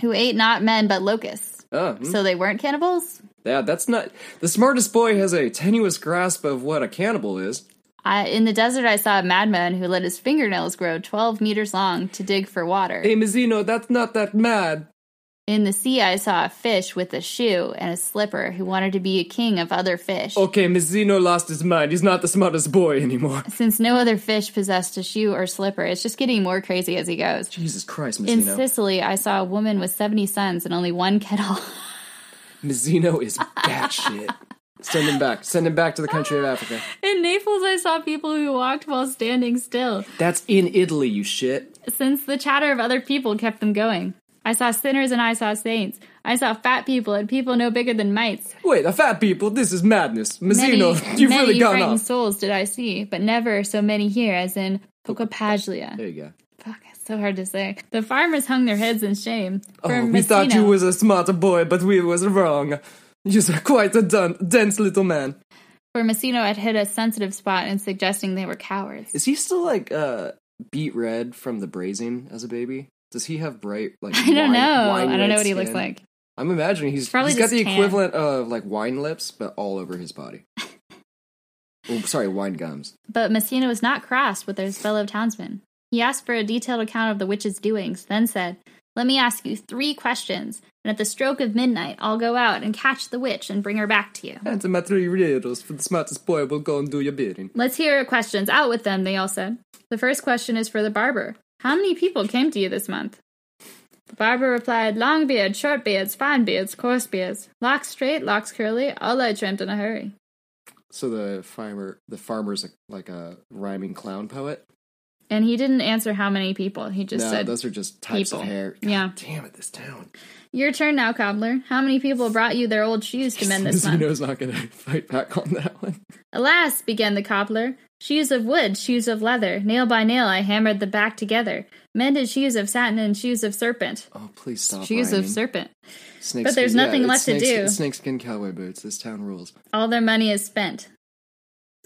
Who ate not men but locusts.
Oh, hmm.
Mm-hmm. So they weren't cannibals?
yeah, that's not. The smartest boy has a tenuous grasp of what a cannibal is.
I, in the desert, I saw a madman who let his fingernails grow 12 meters long to dig for water.
Hey, Mizzino, that's not that mad.
In the sea, I saw a fish with a shoe and a slipper who wanted to be a king of other fish.
Okay, Mizzino lost his mind. He's not the smartest boy anymore.
Since no other fish possessed a shoe or slipper, it's just getting more crazy as he goes.
Jesus Christ,
In
Mizzino.
Sicily, I saw a woman with 70 sons and only one kettle. (laughs)
Mizzino is batshit. Send him back. Send him back to the country of Africa.
In Naples, I saw people who walked while standing still,
That's in Italy, you shit.
since the chatter of other people kept them going. I saw sinners and I saw saints. I saw fat people and people no bigger than mites.
Wait, the fat people, this is madness.
Many,
Mizzino, (laughs) you've
many
really gone
frightened
off.
souls did I see, but never so many here as in Pocopaglia.
There you go.
Fuck, it's so hard to say. The farmers hung their heads in shame. For
Oh, we thought you
Messino-
was a smarter boy, but we was wrong. You're quite a dun- dense little man.
For Messino had hit a sensitive spot in suggesting they were cowards.
Is he still like uh beat red from the brazing as a baby? Does he have bright like?
(laughs) I
wine-
don't know.
wine
I don't know
red
what he looks
skin?
like.
I'm imagining he's
Probably
he's got
just
the
tan.
equivalent of like wine lips, but all over his
(laughs)
body. oh, sorry, wine gums.
But Messina was not cross with his fellow townsmen. He asked for a detailed account of the witch's doings, then said, Let me ask you three questions, and at the stroke of midnight, I'll go out and catch the witch and bring her back to you.
And my three riddles for the smartest boy will go and do your bidding.
Let's hear your questions. Out with them, they all said. The first question is for the barber. How many people came to you this month? The barber replied, Long beard, short beards, fine beards, coarse beards, locks straight, locks curly, all I trimmed in a hurry.
So the farmer, the farmer's like, like a rhyming clown poet.
And he didn't answer how many people. He just
no,
said,
those are just types of
people.
hair. God
Yeah.
Damn it, this town.
Your turn now, cobbler. How many people brought you their old shoes to mend this
He
month?
knows not going to (laughs) fight back on that one.
Alas, began the cobbler, shoes of wood, shoes of leather, nail by nail I hammered the back together, mended shoes of satin and shoes of serpent.
Oh, please stop.
shoes
rhyming.
of serpent.
Snake
but there's
skin-
nothing
it's
left to
snakeskin-
do.
Snakeskin cowboy boots. This town rules.
All their money is spent.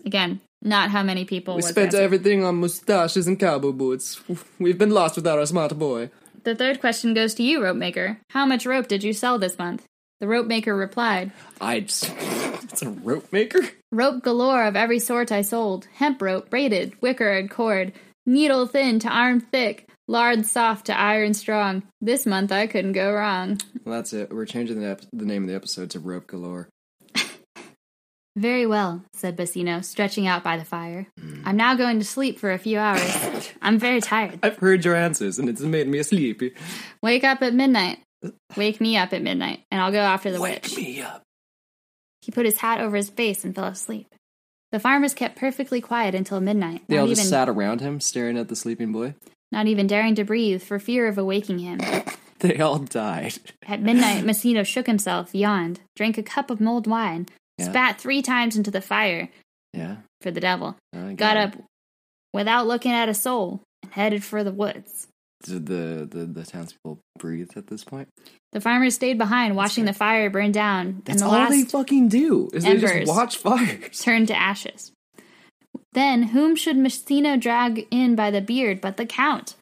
Again, not how many people
we
was
spent
answered.
everything on mustaches and cowboy boots. We've been lost without our smart boy.
The third question goes to you, rope maker. How much rope did you sell this month? The rope maker replied,
I just. (laughs) it's a rope maker?
Rope galore of every sort I sold hemp rope, braided, wicker, and cord, needle thin to iron thick, lard soft to iron strong. This month I couldn't go wrong.
Well, that's it. We're changing the, ep- the name of the episode to Rope Galore.
Very well, said Bassino, stretching out by the fire. I'm now going to sleep for a few hours. I'm very tired.
I've heard your answers, and it's made me sleepy.
Wake up at midnight. Wake me up at midnight, and I'll go after the witch.
me up.
He put his hat over his face and fell asleep. The farmers kept perfectly quiet until midnight,
They
not
all just
even,
sat around him, staring at the sleeping boy. (laughs)
not even daring to breathe for fear of awaking him.
They all died. (laughs)
At midnight, Messino shook himself, yawned, drank a cup of mulled wine,
Yeah.
spat three times into the fire
Yeah.
for the devil,
I
got
it.
up without looking at a soul, and headed for the woods.
Did the, the, the townspeople breathe at this point?
The farmers stayed behind, watching the fire burn down,
That's
and the
all they
last
fucking do, is they just
embers.
watch fires.
turned to ashes. Then whom should Messino drag in by the beard but
(gasps)
the count?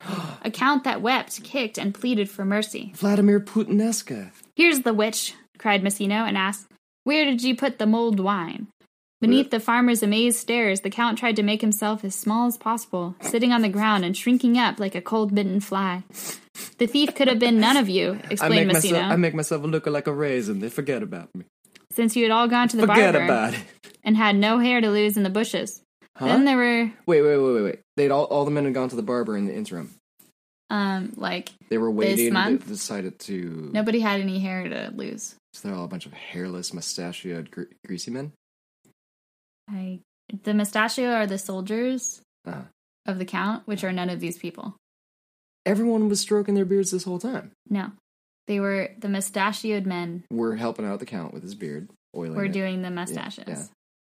A count that wept, kicked, and pleaded for mercy.
(laughs) Vladimir Putineska.
Here's the witch, cried Messino, and asked, Where did you put the mulled wine? Beneath the farmer's amazed stares, the count tried to make himself as small as possible, sitting on the ground and shrinking up like a cold bitten fly. The thief could have been none of you,
I
explained
make,
Messino,
myself, I make myself look like a raisin. They forget about me.
since you had all gone to the
Forget
barber
about it.
and had no hair to lose in the bushes.
Huh?
Then there were,
wait, wait, wait, wait, wait. They'd all, all the men had gone to the barber in the interim.
um, like,
They were waiting.
month?
They decided to.
nobody had any hair to lose.
So they're all a bunch of hairless, mustachioed, gre- greasy men.
I, the mustachio are the soldiers
Uh-huh.
of the count, which are none of these people.
Everyone was stroking their beards this whole time.
No. They were the mustachioed men
We're helping out the count with his beard, oiling
were
it.
doing the mustaches.
yeah.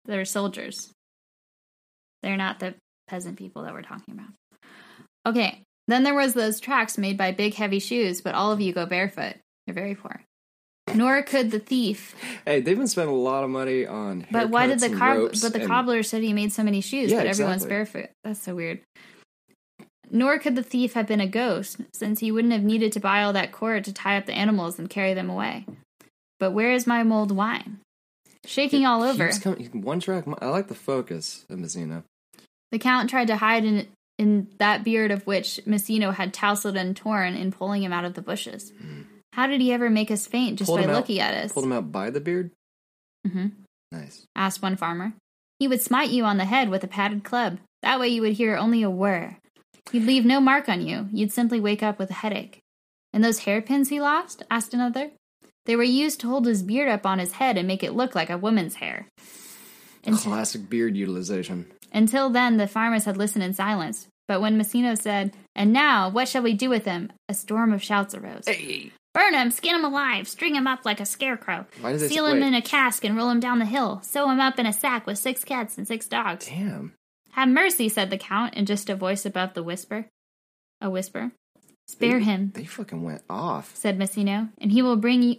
They're soldiers. They're not the peasant people that we're talking about. Okay. Then there was those tracks made by big heavy shoes, but all of you go barefoot. You're very poor. Nor could the thief.
Hey, they've been spending a lot of money on.
But why did
haircuts
the
and
cob-
ropes
but the
and-
cobbler said he made so many shoes,
Yeah,
but everyone's
exactly.
barefoot. That's so weird. Nor could the thief have been a ghost, since he wouldn't have needed to buy all that cord to tie up the animals and carry them away. But where is my mulled wine? Shaking all
He
over,
was coming- one track. mi- I like the focus of Messina.
the count tried to hide in in that beard of which Messino had tousled and torn in pulling him out of the bushes. How did he ever make us faint just
Mm. Pulled
by
him out-
looking at us?
Pulled him out by the beard.
hmm
Nice.
asked one farmer. He would smite you on the head with a padded club. That way you would hear only a whir. He'd leave no mark on you. You'd simply wake up with a headache. And those hairpins he lost? asked another. They were used to hold his beard up on his head and make it look like a woman's hair. Until,
Classic beard utilization.
until then, the farmers had listened in silence. But when Messino said, And now, what shall we do with him? a storm of shouts arose.
Hey.
Burn him, skin him alive, string him up like a scarecrow,
Why does it-
seal him
wait.
in a cask and roll him down the hill, sew him up in a sack with six cats and six dogs.
Damn.
Have mercy, said the count in just a voice above the whisper. A whisper. Spare
They-
him,
They fucking went off.
said Messino, and he will bring you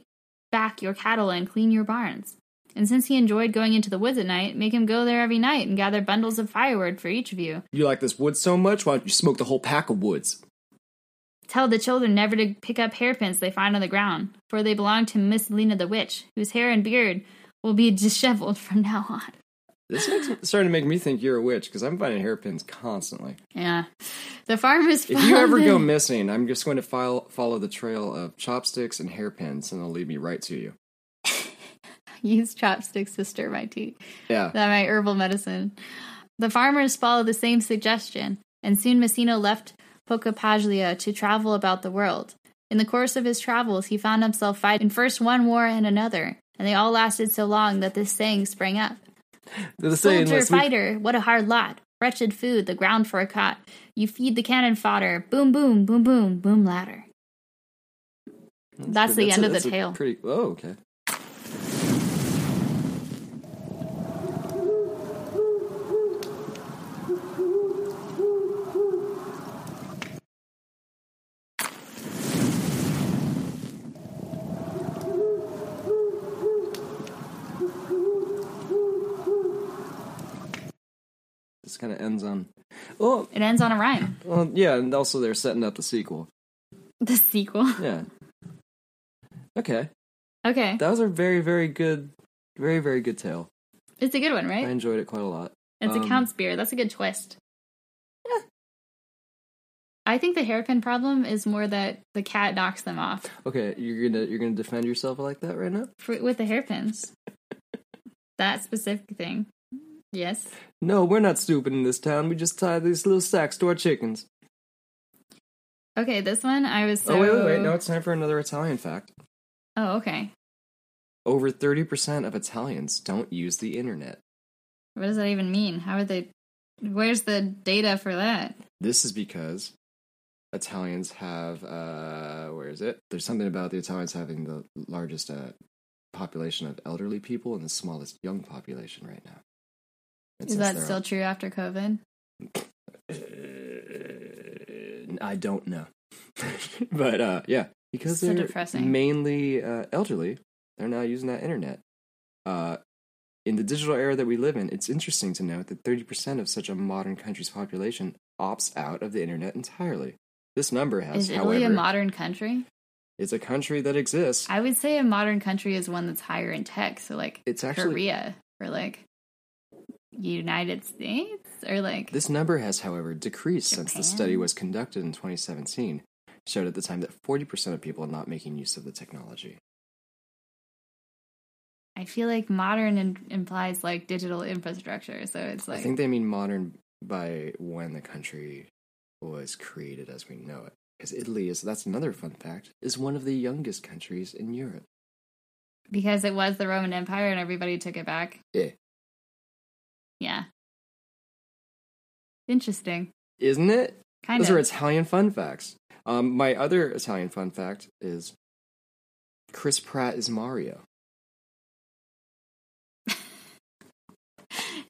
back your cattle and clean your barns. And since he enjoyed going into the woods at night, make him go there every night and gather bundles of firewood for each of you.
You like this wood so much? Why don't you smoke the whole pack of woods?
Tell the children never to pick up hairpins they find on the ground, for they belong to Miss Lena the witch, whose hair and beard will be (laughs) disheveled from now on.
This is starting to make me think you're a witch because I'm finding hairpins constantly.
Yeah. The farmers
If you ever go
found it.
missing, I'm just going to file, follow the trail of chopsticks and hairpins, and they'll lead me right to you.
(laughs) use chopsticks to stir my tea.
Yeah.
that my herbal medicine. The farmers followed the same suggestion, and soon Messino left Pocopaglia to travel about the world. In the course of his travels, he found himself fighting first one war and another, and they all lasted so long that this saying sprang up
The
Soldier, fighter, what a hard lot. wretched food, the ground for a cot. You feed the cannon fodder. Boom, boom, boom, boom, boom, ladder. That's the
pretty-
end
a-
of the
that's a
tale.
Pretty. Oh, okay. This kind of ends on. Oh,
It ends on a rhyme. (laughs)
well, yeah, and also they're setting up the sequel.
The sequel. (laughs)
Yeah. Okay.
Okay.
That was a very, very good, very, very good tale.
It's a good one,
I
right?
enjoyed it quite a lot.
It's
um,
a count spear. That's a good twist. I think the hairpin problem is more that the cat knocks them off
Okay, you're gonna you're gonna defend yourself like that right now?
for, with
(laughs)
the hairpins. that specific thing. Yes.
No, we're not stupid in this town. We just tie these little sacks to our chickens.
Okay, this one I was so.
Oh wait, wait, wait! No, it's time for another Italian fact.
Oh, okay.
Over thirty percent of Italians don't use the internet.
What does that even mean? How would they? Where's the data for that?
This is because Italians have uh, where is it? There's something about the Italians having the largest uh, population of elderly people and the smallest young population right now. And
Is
since
that
they're
still true after COVID?
Uh, I don't know. (laughs) but uh, yeah, because
So
they're
depressing.
mainly uh, elderly, they're now using that internet. Uh, in the digital era that we live in, it's interesting to note that 30% of such a modern country's population opts out of the internet entirely. This number has,
is Italy
however,
a modern country?
it's a country that exists.
I would say a modern country is one that's higher in tech. So like
It's actually-
Korea or like United States or like
This number has, however, decreased since the
Japan?
study was conducted in 2017, showed at the time that 40% of people are not making use of the technology.
I feel like modern in- implies like digital infrastructure. So it's like
I think they mean modern by when the country was created as we know it. Because Italy is, that's another fun fact, is one of the youngest countries in Europe.
because it was the Roman Empire and everybody took it back.
Yeah.
Yeah. Interesting.
Isn't it?
Kind
Those
of.
are Italian fun facts. Um, my other Italian fun fact is Chris Pratt is Mario.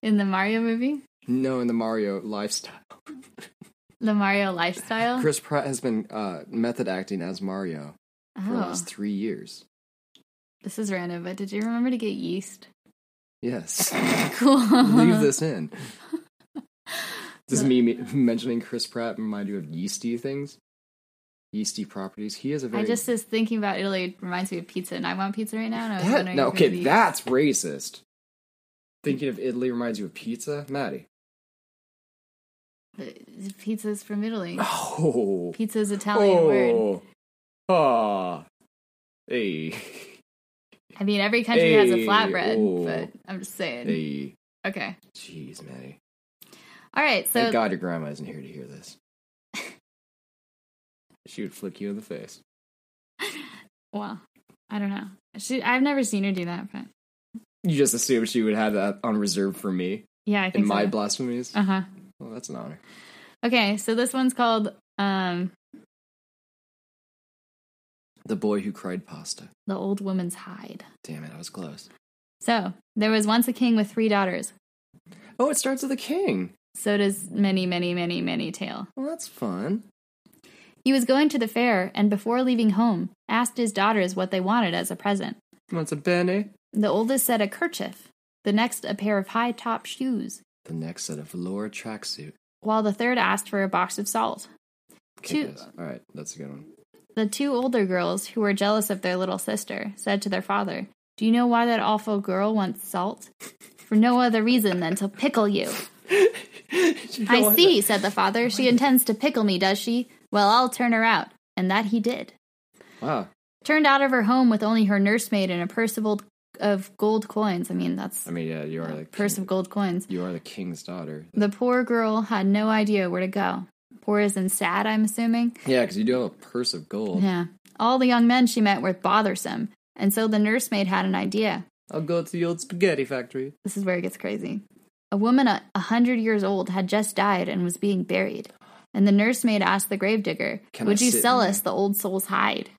in the Mario movie,
No, in the Mario lifestyle.
the Mario lifestyle.
Chris Pratt has been uh, method acting as Mario for the
oh,
last three years.
this is random. But did you remember to get yeast?
(laughs) Yes.
Cool.
Leave this in. Does me (laughs) me- mentioning Chris Pratt remind you of yeasty things? Yeasty properties. He is a very
I just was thinking about Italy it reminds me of pizza, and I want pizza right now. And I was
That-
wondering,
no,
if
okay,
maybe-
that's racist. Thinking of Italy reminds you of pizza, Maddie.
the- the pizza's from Italy.
(laughs) Oh,
Pizza's Italian word.
Ah, hey,
I mean, every country has a
Hey,
flatbread,
oh.
but I'm just saying.
hey.
Okay,
Jeez, Maddie.
all right. So
Thank God your grandma isn't here to hear
(laughs)
this. she would flick you in the face.
well, I don't know. She, I've never seen her do that, but
You just assumed she would have that on reserve for me
yeah, I
in
think
my
so.
blasphemies.
uh huh.
Well, that's an honor.
Okay, so this one's called um
The boy who cried pasta.
the old woman's hide.
Damn it, I was close.
So there was once a king with three daughters.
Oh, it starts with a king.
So does many, many, many, many tale.
Well, that's fun.
He was going to the fair and before leaving home asked his daughters what they wanted as a present.
What's a bene?
The oldest said a kerchief, the next a pair of high top shoes,
The next set of velour tracksuit.
while the third asked for a box of salt.
Kick
Two-
ass. All right, that's a good
(laughs)
one.
The two older girls, who were jealous of their little sister, said to their father, Do you know why that awful girl wants salt? For no other reason than to pickle you. I see, said the father. She intends to pickle me, does she? Well, I'll turn her out. And that he did.
Wow.
Turned out of her home with only her nursemaid and a purse of, old, of gold coins. I mean, that's
I mean, yeah, you are the
a purse
king-
of gold coins.
You are the king's daughter.
The poor girl had no idea where to go. Poor as in sad, I'm assuming.
Yeah, because you do have a purse of gold.
Yeah. All the young men she met were bothersome, and so the nursemaid had an idea.
I'll go to the old spaghetti factory.
This is where it gets crazy. A woman a 100 years old had just died and was being buried. And the nursemaid asked the gravedigger,
Can I
Would you
sit
sell
in
us the old soul's hide?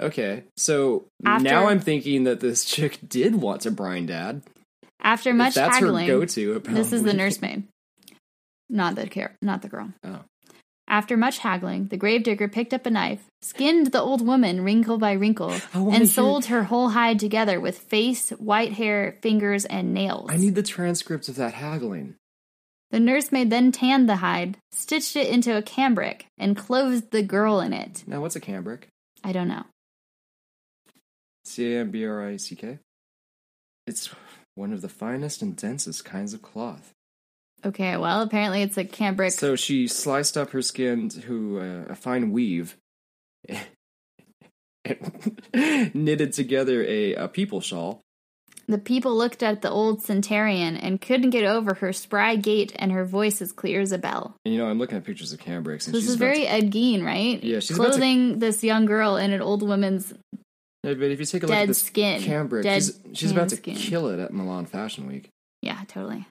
Okay, so
After-
now I'm thinking that this chick did want to brine dad.
After
If
much
that's
haggling,
her go-to. Apparently.
This is the nursemaid, not the care, not the girl.
Oh.
After much haggling, the gravedigger picked up a knife, skinned the old woman wrinkle by wrinkle,
I wanna
and
hear-
sold her whole hide together with face, white hair, fingers, and nails.
I need the transcript of that haggling.
the nursemaid then tanned the hide, stitched it into a cambric, and clothed the girl in it.
Now, what's a cambric?
I don't know.
C A M B R I C K. It's one of the finest and densest kinds of cloth.
Okay, well, apparently it's a cambric.
So she sliced up her skin to uh, a fine weave, (laughs) and knitted together a, a people shawl.
the people looked at the old centurion and couldn't get over her spry gait and her voice as clear as a bell.
And you know, I'm looking at pictures of cambrics, and
This
she's
is
about
very Ed Gein, right?
Yeah, she's about to-
clothing this young girl in an old woman's.
To, No, but if you take a look
dead
at this
skin,
cambric,
dead
she's, she's about
tan
to
skin.
kill it at Milan Fashion Week.
Yeah, totally.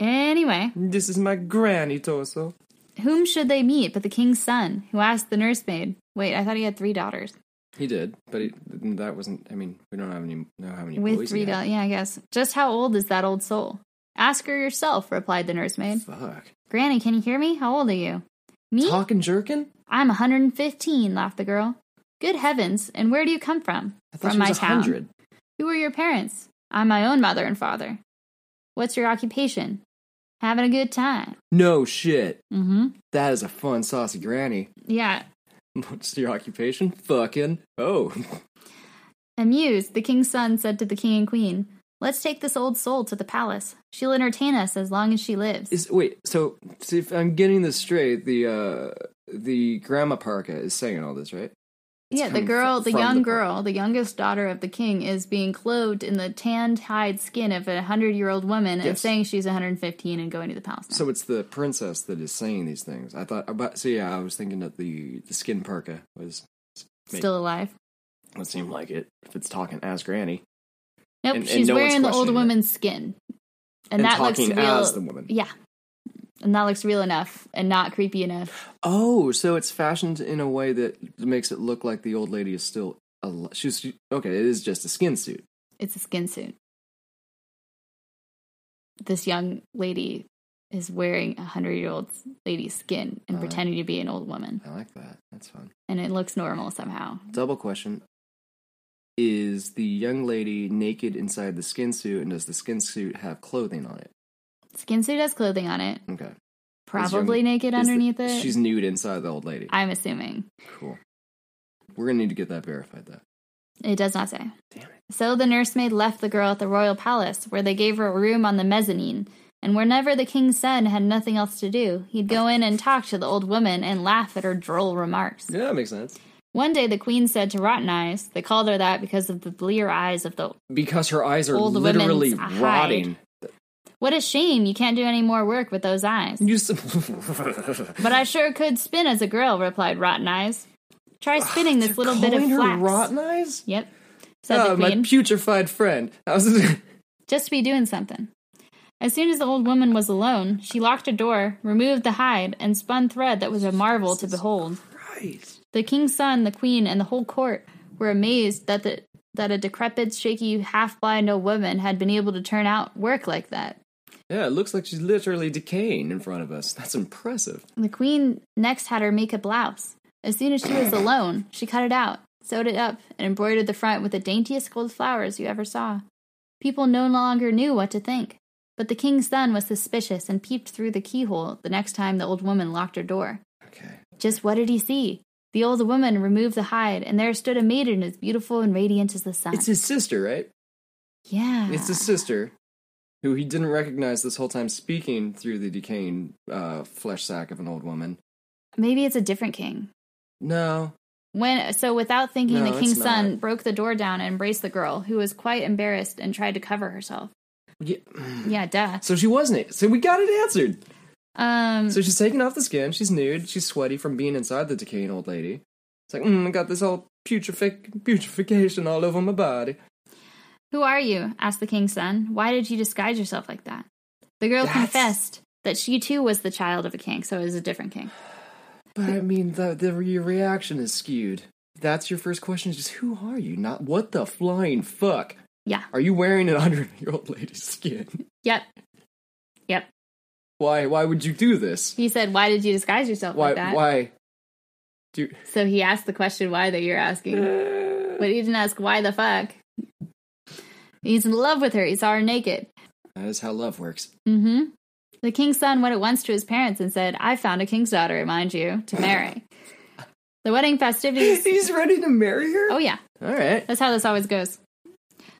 Anyway,
This is my granny torso.
whom should they meet but the king's son, who asked the nursemaid? Wait, I thought he had three daughters.
He did, but he, that wasn't. I mean, we don't have any know how many
With
boys
three
he had.
daughters, yeah, I guess. Just how old is that old soul? Ask her yourself, replied the nursemaid.
Fuck,
Granny, can you hear me? How old are you? Me?
talking jerkin.
I'm 115, laughed the girl. Good heavens, and where do you come from?
I thought
from
she
my
was
town.
100.
Who are your parents? I'm my own mother and father. What's your occupation? Having a good time.
No shit.
Mm-hmm.
That is a fun saucy granny. (laughs)
Yeah.
What's your occupation? Fucking. Oh, (laughs)
Amused, the king's son said to the king and queen, Let's take this old soul to the palace. She'll entertain us as long as she lives.
is wait. So, see if I'm getting this straight, the uh the grandma Parka is saying all this, right? It's
yeah, the
coming
girl,
fr-
the
from
young
the-
girl, the youngest daughter of the king, is being clothed in the tanned hide skin of a 100 year old woman and
Yes.
saying she's 115 and going to the palace. now.
So it's the princess that is saying these things. I thought about. So yeah, I was thinking that the the skin parka was maybe.
Still alive.
would seem like it if it's talking as granny And-
Nope,
and
she's
no one's
wearing the old
questioning it.
woman's skin. And,
and,
that looks
talking
real.
as the woman.
Yeah. And that looks real enough and not creepy enough.
Oh, so it's fashioned in a way that makes it look like the old lady is still. Al- she's she- okay. It is just a skin suit.
It's a skin suit. This young lady is wearing a hundred year old lady's skin and
Alright.
pretending to be an old woman.
I like that. That's fun.
And it looks normal somehow.
Double question: Is the young lady naked inside the skin suit, and does the skin suit have clothing on it?
Skin suit has clothing on it.
Okay. Is
Probably
young-
naked
is the-
underneath it.
She's nude inside the old lady.
I'm assuming.
Cool. We're gonna need to get that verified though.
It does not say.
Damn it.
So the nursemaid left the girl at the royal palace, where they gave her a room on the mezzanine. And whenever the king's son had nothing else to do, he'd go in and talk to the old woman and laugh at her droll remarks.
Yeah, that makes sense.
One day the queen said to Rotten Eyes, they called her that because of the blear eyes of the.
Because her eyes are
Old women's
literally
hide.
rotting.
What a shame you can't do any more work with those eyes.
You
(laughs)
s-
But I sure could spin as a girl, replied Rotten Eyes. Try
(laughs)
spinning this little bit of
Calling her
flax.
rotten eyes?
Yep, said the
Ah, my
queen.
putrefied friend. I was-
just to be doing something. As soon as the old woman was alone, she locked a door, removed the hide, and spun thread that was a marvel to behold.
Christ.
The king's son, the queen, and the whole court were amazed that the that a decrepit, shaky, half blind old woman had been able to turn out work like that.
Yeah, it looks like she's literally decaying in front of us. That's impressive.
The queen next had her make a blouse. As soon as she was alone, she cut it out, sewed it up, and embroidered the front with the daintiest gold flowers you ever saw. People no longer knew what to think, but the king's son was suspicious and peeped through the keyhole the next time the old woman locked her door.
Okay.
Just what did he see? The old woman removed the hide, and there stood a maiden as beautiful and radiant as the sun.
It's his sister, right?
yeah.
It's his sister, who he didn't recognize this whole time speaking through the decaying uh, flesh sack of an old woman.
Maybe it's a different king.
No,
When so without thinking
No,
the
it's
king's son
not.
broke the door down and embraced the girl, who was quite embarrassed and tried to cover herself.
Yeah.
(sighs) Yeah, duh.
So she wasn't. So we got it answered.
Um
So she's taking off the skin. She's nude. She's sweaty from being inside the decaying old lady. It's like, mm, I got this whole putrefic- putrefaction all over my body.
Who are you? asked the king's son. Why did you disguise yourself like that? The girl
That's-
confessed that she too was the child of a king, so it was a different king.
But I mean, the, the your reaction is skewed. That's your first question: is just who are you? Not what the flying fuck
Yeah.
are you wearing an (laughs) hundred year old lady's skin?
Yep. Yep.
Why? Why would you do this?
He said, Why did you disguise yourself
Why?
like that?
Why? Do
So he asked the question why that you're
(sighs)
asking. But he didn't ask why the fuck. He's in love with her. He saw her naked.
that is how love works.
Mm-hmm. The king's son went at once to his parents and said, I found a king's daughter, mind you,
(laughs)
to marry. the wedding festivities
(laughs) He's ready to marry her.
Oh yeah.
All right.
That's how this always goes.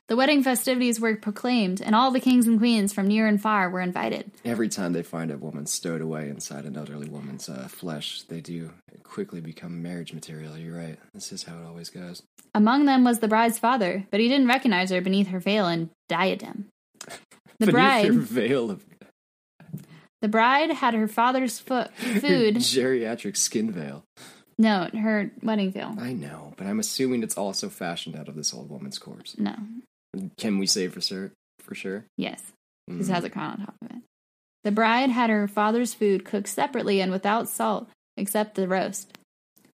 The wedding festivities were proclaimed, and all the kings and queens from near and far were invited.
Every time they find a woman stowed away inside an elderly woman's uh, flesh, they do quickly become marriage material. You're right. This is how it always goes.
Among them was the bride's father, but he didn't recognize her beneath her veil and
(laughs)
diadem. The
Beneath
bride,
her veil of
the bride had her
(laughs)
father's foot food.
geriatric skin veil.
no, her wedding veil.
I know, but I'm assuming it's also fashioned out of this old woman's corpse.
No,
Can we say for sure? For sure.
yes,
Mm.
this has a crown on top of it. The bride had her father's food cooked separately and without salt, except the roast.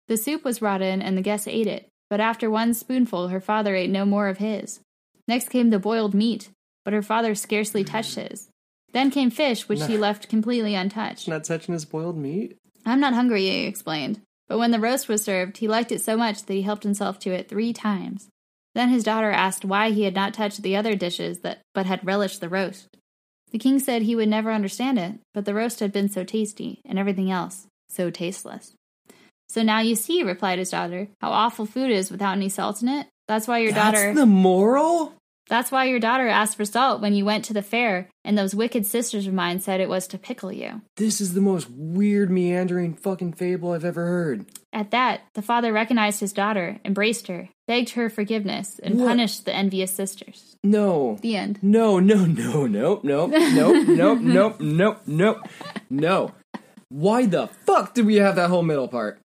The soup was brought in, and the guests ate it. But after one spoonful, her father ate no more of his. Next came the boiled meat, but her father scarcely touched his. Then came fish, which he left completely untouched.
Not touching his boiled meat.
I'm not hungry, he explained. But when the roast was served, he liked it so much that he helped himself to it three times. Then his daughter asked why he had not touched the other dishes that but had relished the roast. The king said he would never understand it, but the roast had been so tasty, and everything else so tasteless. So now you see, replied his daughter, how awful food is without any salt in it. That's why your daughter
That's the moral.
That's why your daughter asked for salt when you went to the fair, and those wicked sisters of mine said it was to pickle you.
This is the most weird meandering fucking fable I've ever heard.
At that, the father recognized his daughter, embraced her, begged her forgiveness, and
What?
punished the envious sisters.
No.
The end.
No, no, no, no, no, no, no, no, no, no, no. Why the fuck did we have that whole middle part?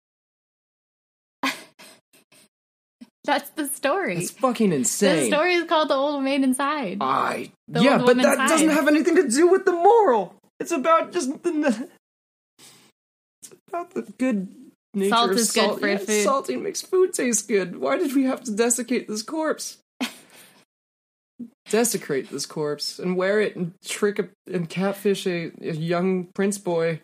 That's the story.
It's fucking
the
insane.
story is called The Old Maiden's Hide.
I
The
yeah,
old
but
woman's
that doesn't
eye.
have anything to do with the moral. It's about just the. It's about the good nature
Salt
of
is good
salt.
for
yeah,
food.
Salting makes food taste good. Why did we have to desiccate this
(laughs)
corpse? Desecrate this corpse and wear it and trick a, and catfish a, a young prince boy.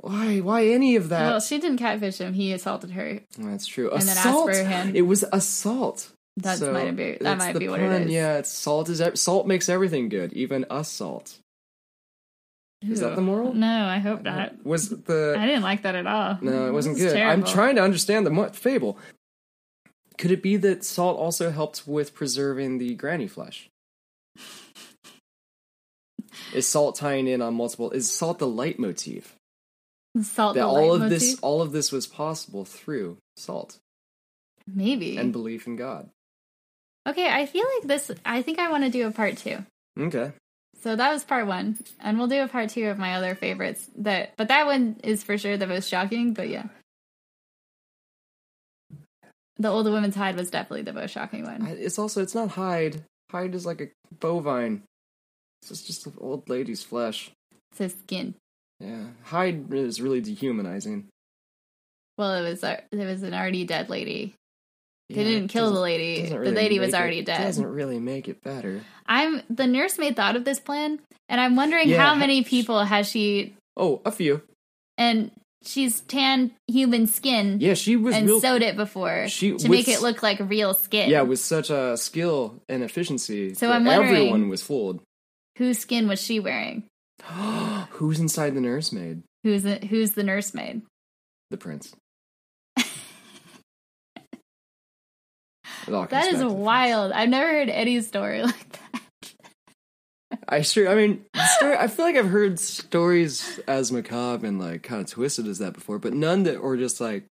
Why? Why any of that?
well, she didn't catfish him. He assaulted her.
That's true.
And then asked
assault.
for him.
It was assault.
That's
So,
might be, that
that's
might
the
be what
pun.
it is.
Yeah, it's salt is ev- salt makes everything good, even assault. Is that
Ew.
the moral?
No, I hope not.
Was
I
the
didn't like that at all.
no? It wasn't
This is
good. I'm
terrible.
trying to understand the mo- fable. Could it be that salt also helped with preserving the granny flesh? Is salt tying in on multiple? Is salt the leitmotif
Salt
that
the
all of
leitmotif?
this all of this was possible through salt
Maybe.
and belief in God?
okay, I feel like this. I think I want to do a part two.
Okay,
So that was part one, and we'll do a part two of my other favorites. That, but that one is for sure the most shocking. But yeah, the older woman's hide was definitely the most shocking
I-
one.
it's also it's not hide. Hide is like a bovine. It's just- just an old lady's flesh.
It's his skin.
Yeah, hide is really dehumanizing.
Well, it was ar- it was an already dead lady. They
Yeah,
didn't
it
kill the
doesn't-
lady.
doesn't
the
really
lady was
make it-
already dead.
Doesn't really make it better.
I'm the nursemaid thought of this plan, and I'm wondering
Yeah.
how many people has she
Oh, a few.
and she's tanned human skin
Yeah, she was
and
real.
sewed it before
she-
to
with
make it
s-
look like real skin.
yeah, with such a skill and efficiency,
So
that
I'm wondering-
everyone was fooled. (gasps)
whose skin was she wearing?
Who's inside the nursemaid?
Who's the, who's the nursemaid?
The
(laughs)
prince. It all comes
That
back
is
to the prince.
wild. I've never heard any story (laughs) like that.
I sure. I mean, the story, I feel like I've heard stories as macabre and like kind of twisted as that before, but none that were just like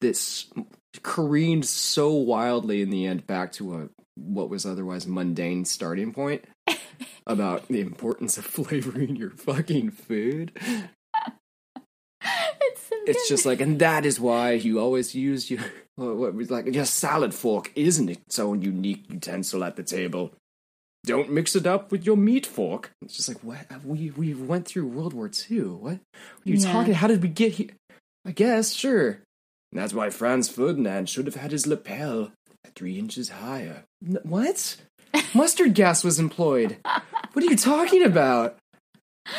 this careened so wildly in the end back to a what was otherwise mundane starting point about the (laughs) importance of flavoring your fucking food.
It's so
it's just like, and that is why you always use your what, what was like your salad fork isn't its own unique utensil at the table. Don't mix it up with your meat fork. It's just like what we we went through World War II. What, what are you
Yeah.
talking? How did we get here? I guess sure. And that's why Franz Ferdinand should have had his lapel three inches higher. N- what? Mustard gas was employed. What are you talking about?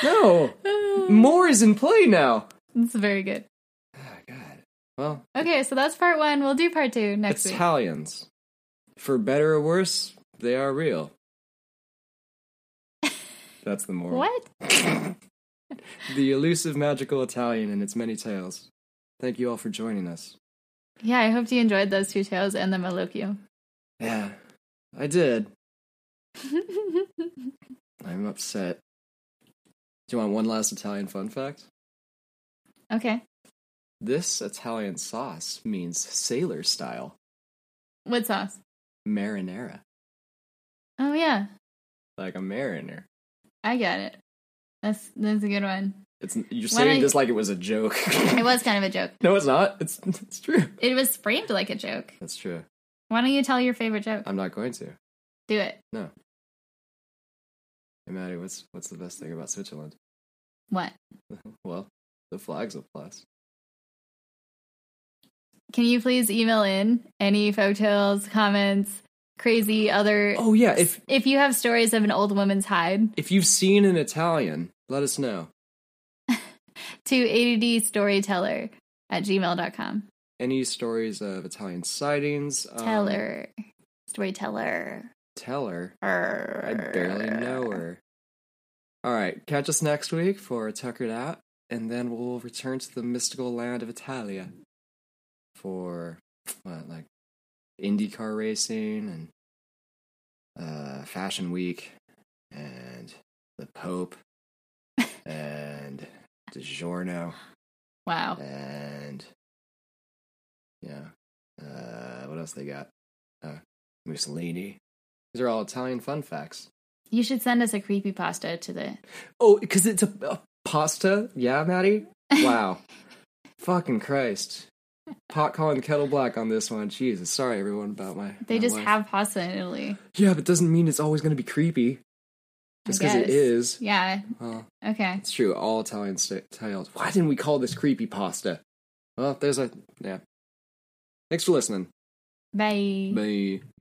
No, more is in play now.
It's very good.
Ah, God. Well,
Okay, so that's part one. We'll do part two next week.
Italians, for better or worse, they are
(laughs)
real. That's the moral.
What?
The elusive magical Italian and its many tales. Thank you all for joining us.
Yeah, I hope you enjoyed those two tales and the Malocchio.
Yeah, I did. I'm upset. Do you want one last Italian fun fact?
(laughs) okay.
This Italian sauce means sailor style
What sauce?
marinara,
Oh yeah,
like a mariner.
I got it. That's that's a good one.
It's you're
Why
saying
don't-
this like it was a joke.
(laughs) It was kind of a joke.
(laughs) no, it's not. It's it's true.
It was framed like a joke.
That's true.
Why don't you tell your favorite joke?
I'm not going to.
Do it.
No. Hey, Maddie, what's what's the best thing about Switzerland? (laughs)
What?
Well, the flag's a plus.
Can you please email in any folk tales, comments, crazy other?
Oh yeah, if
If you have stories of an old woman's hide
if you've seen an Italian, let us know.
to addstoryteller at gmail.com.
Any stories of Italian sightings? um,
Teller. Storyteller.
Teller.
Arr.
I barely know her. All right, catch us next week for Tuckered Out, and then we'll return to the mystical land of Italia for what, like IndyCar racing and uh, Fashion Week and the Pope and DiGiorno
Wow.
and yeah, uh, what else they got? Uh, Mussolini. These are all Italian fun facts.
You should send us a creepy pasta to the.
Oh, because it's a, a pasta. Yeah, Maddie.
(laughs)
Wow. Fucking Christ. Pot calling the kettle black on this one. Jesus. Sorry, everyone, about my.
They
my
just
wife.
have pasta in Italy.
Yeah, but doesn't mean it's always going to be creepy.
I
Just because it
guess.
is.
Yeah.
Well,
Okay.
it's true. All Italian sta- tales. Why didn't we call this creepy pasta? Well, there's a yeah. Thanks for listening.
Bye.
Bye.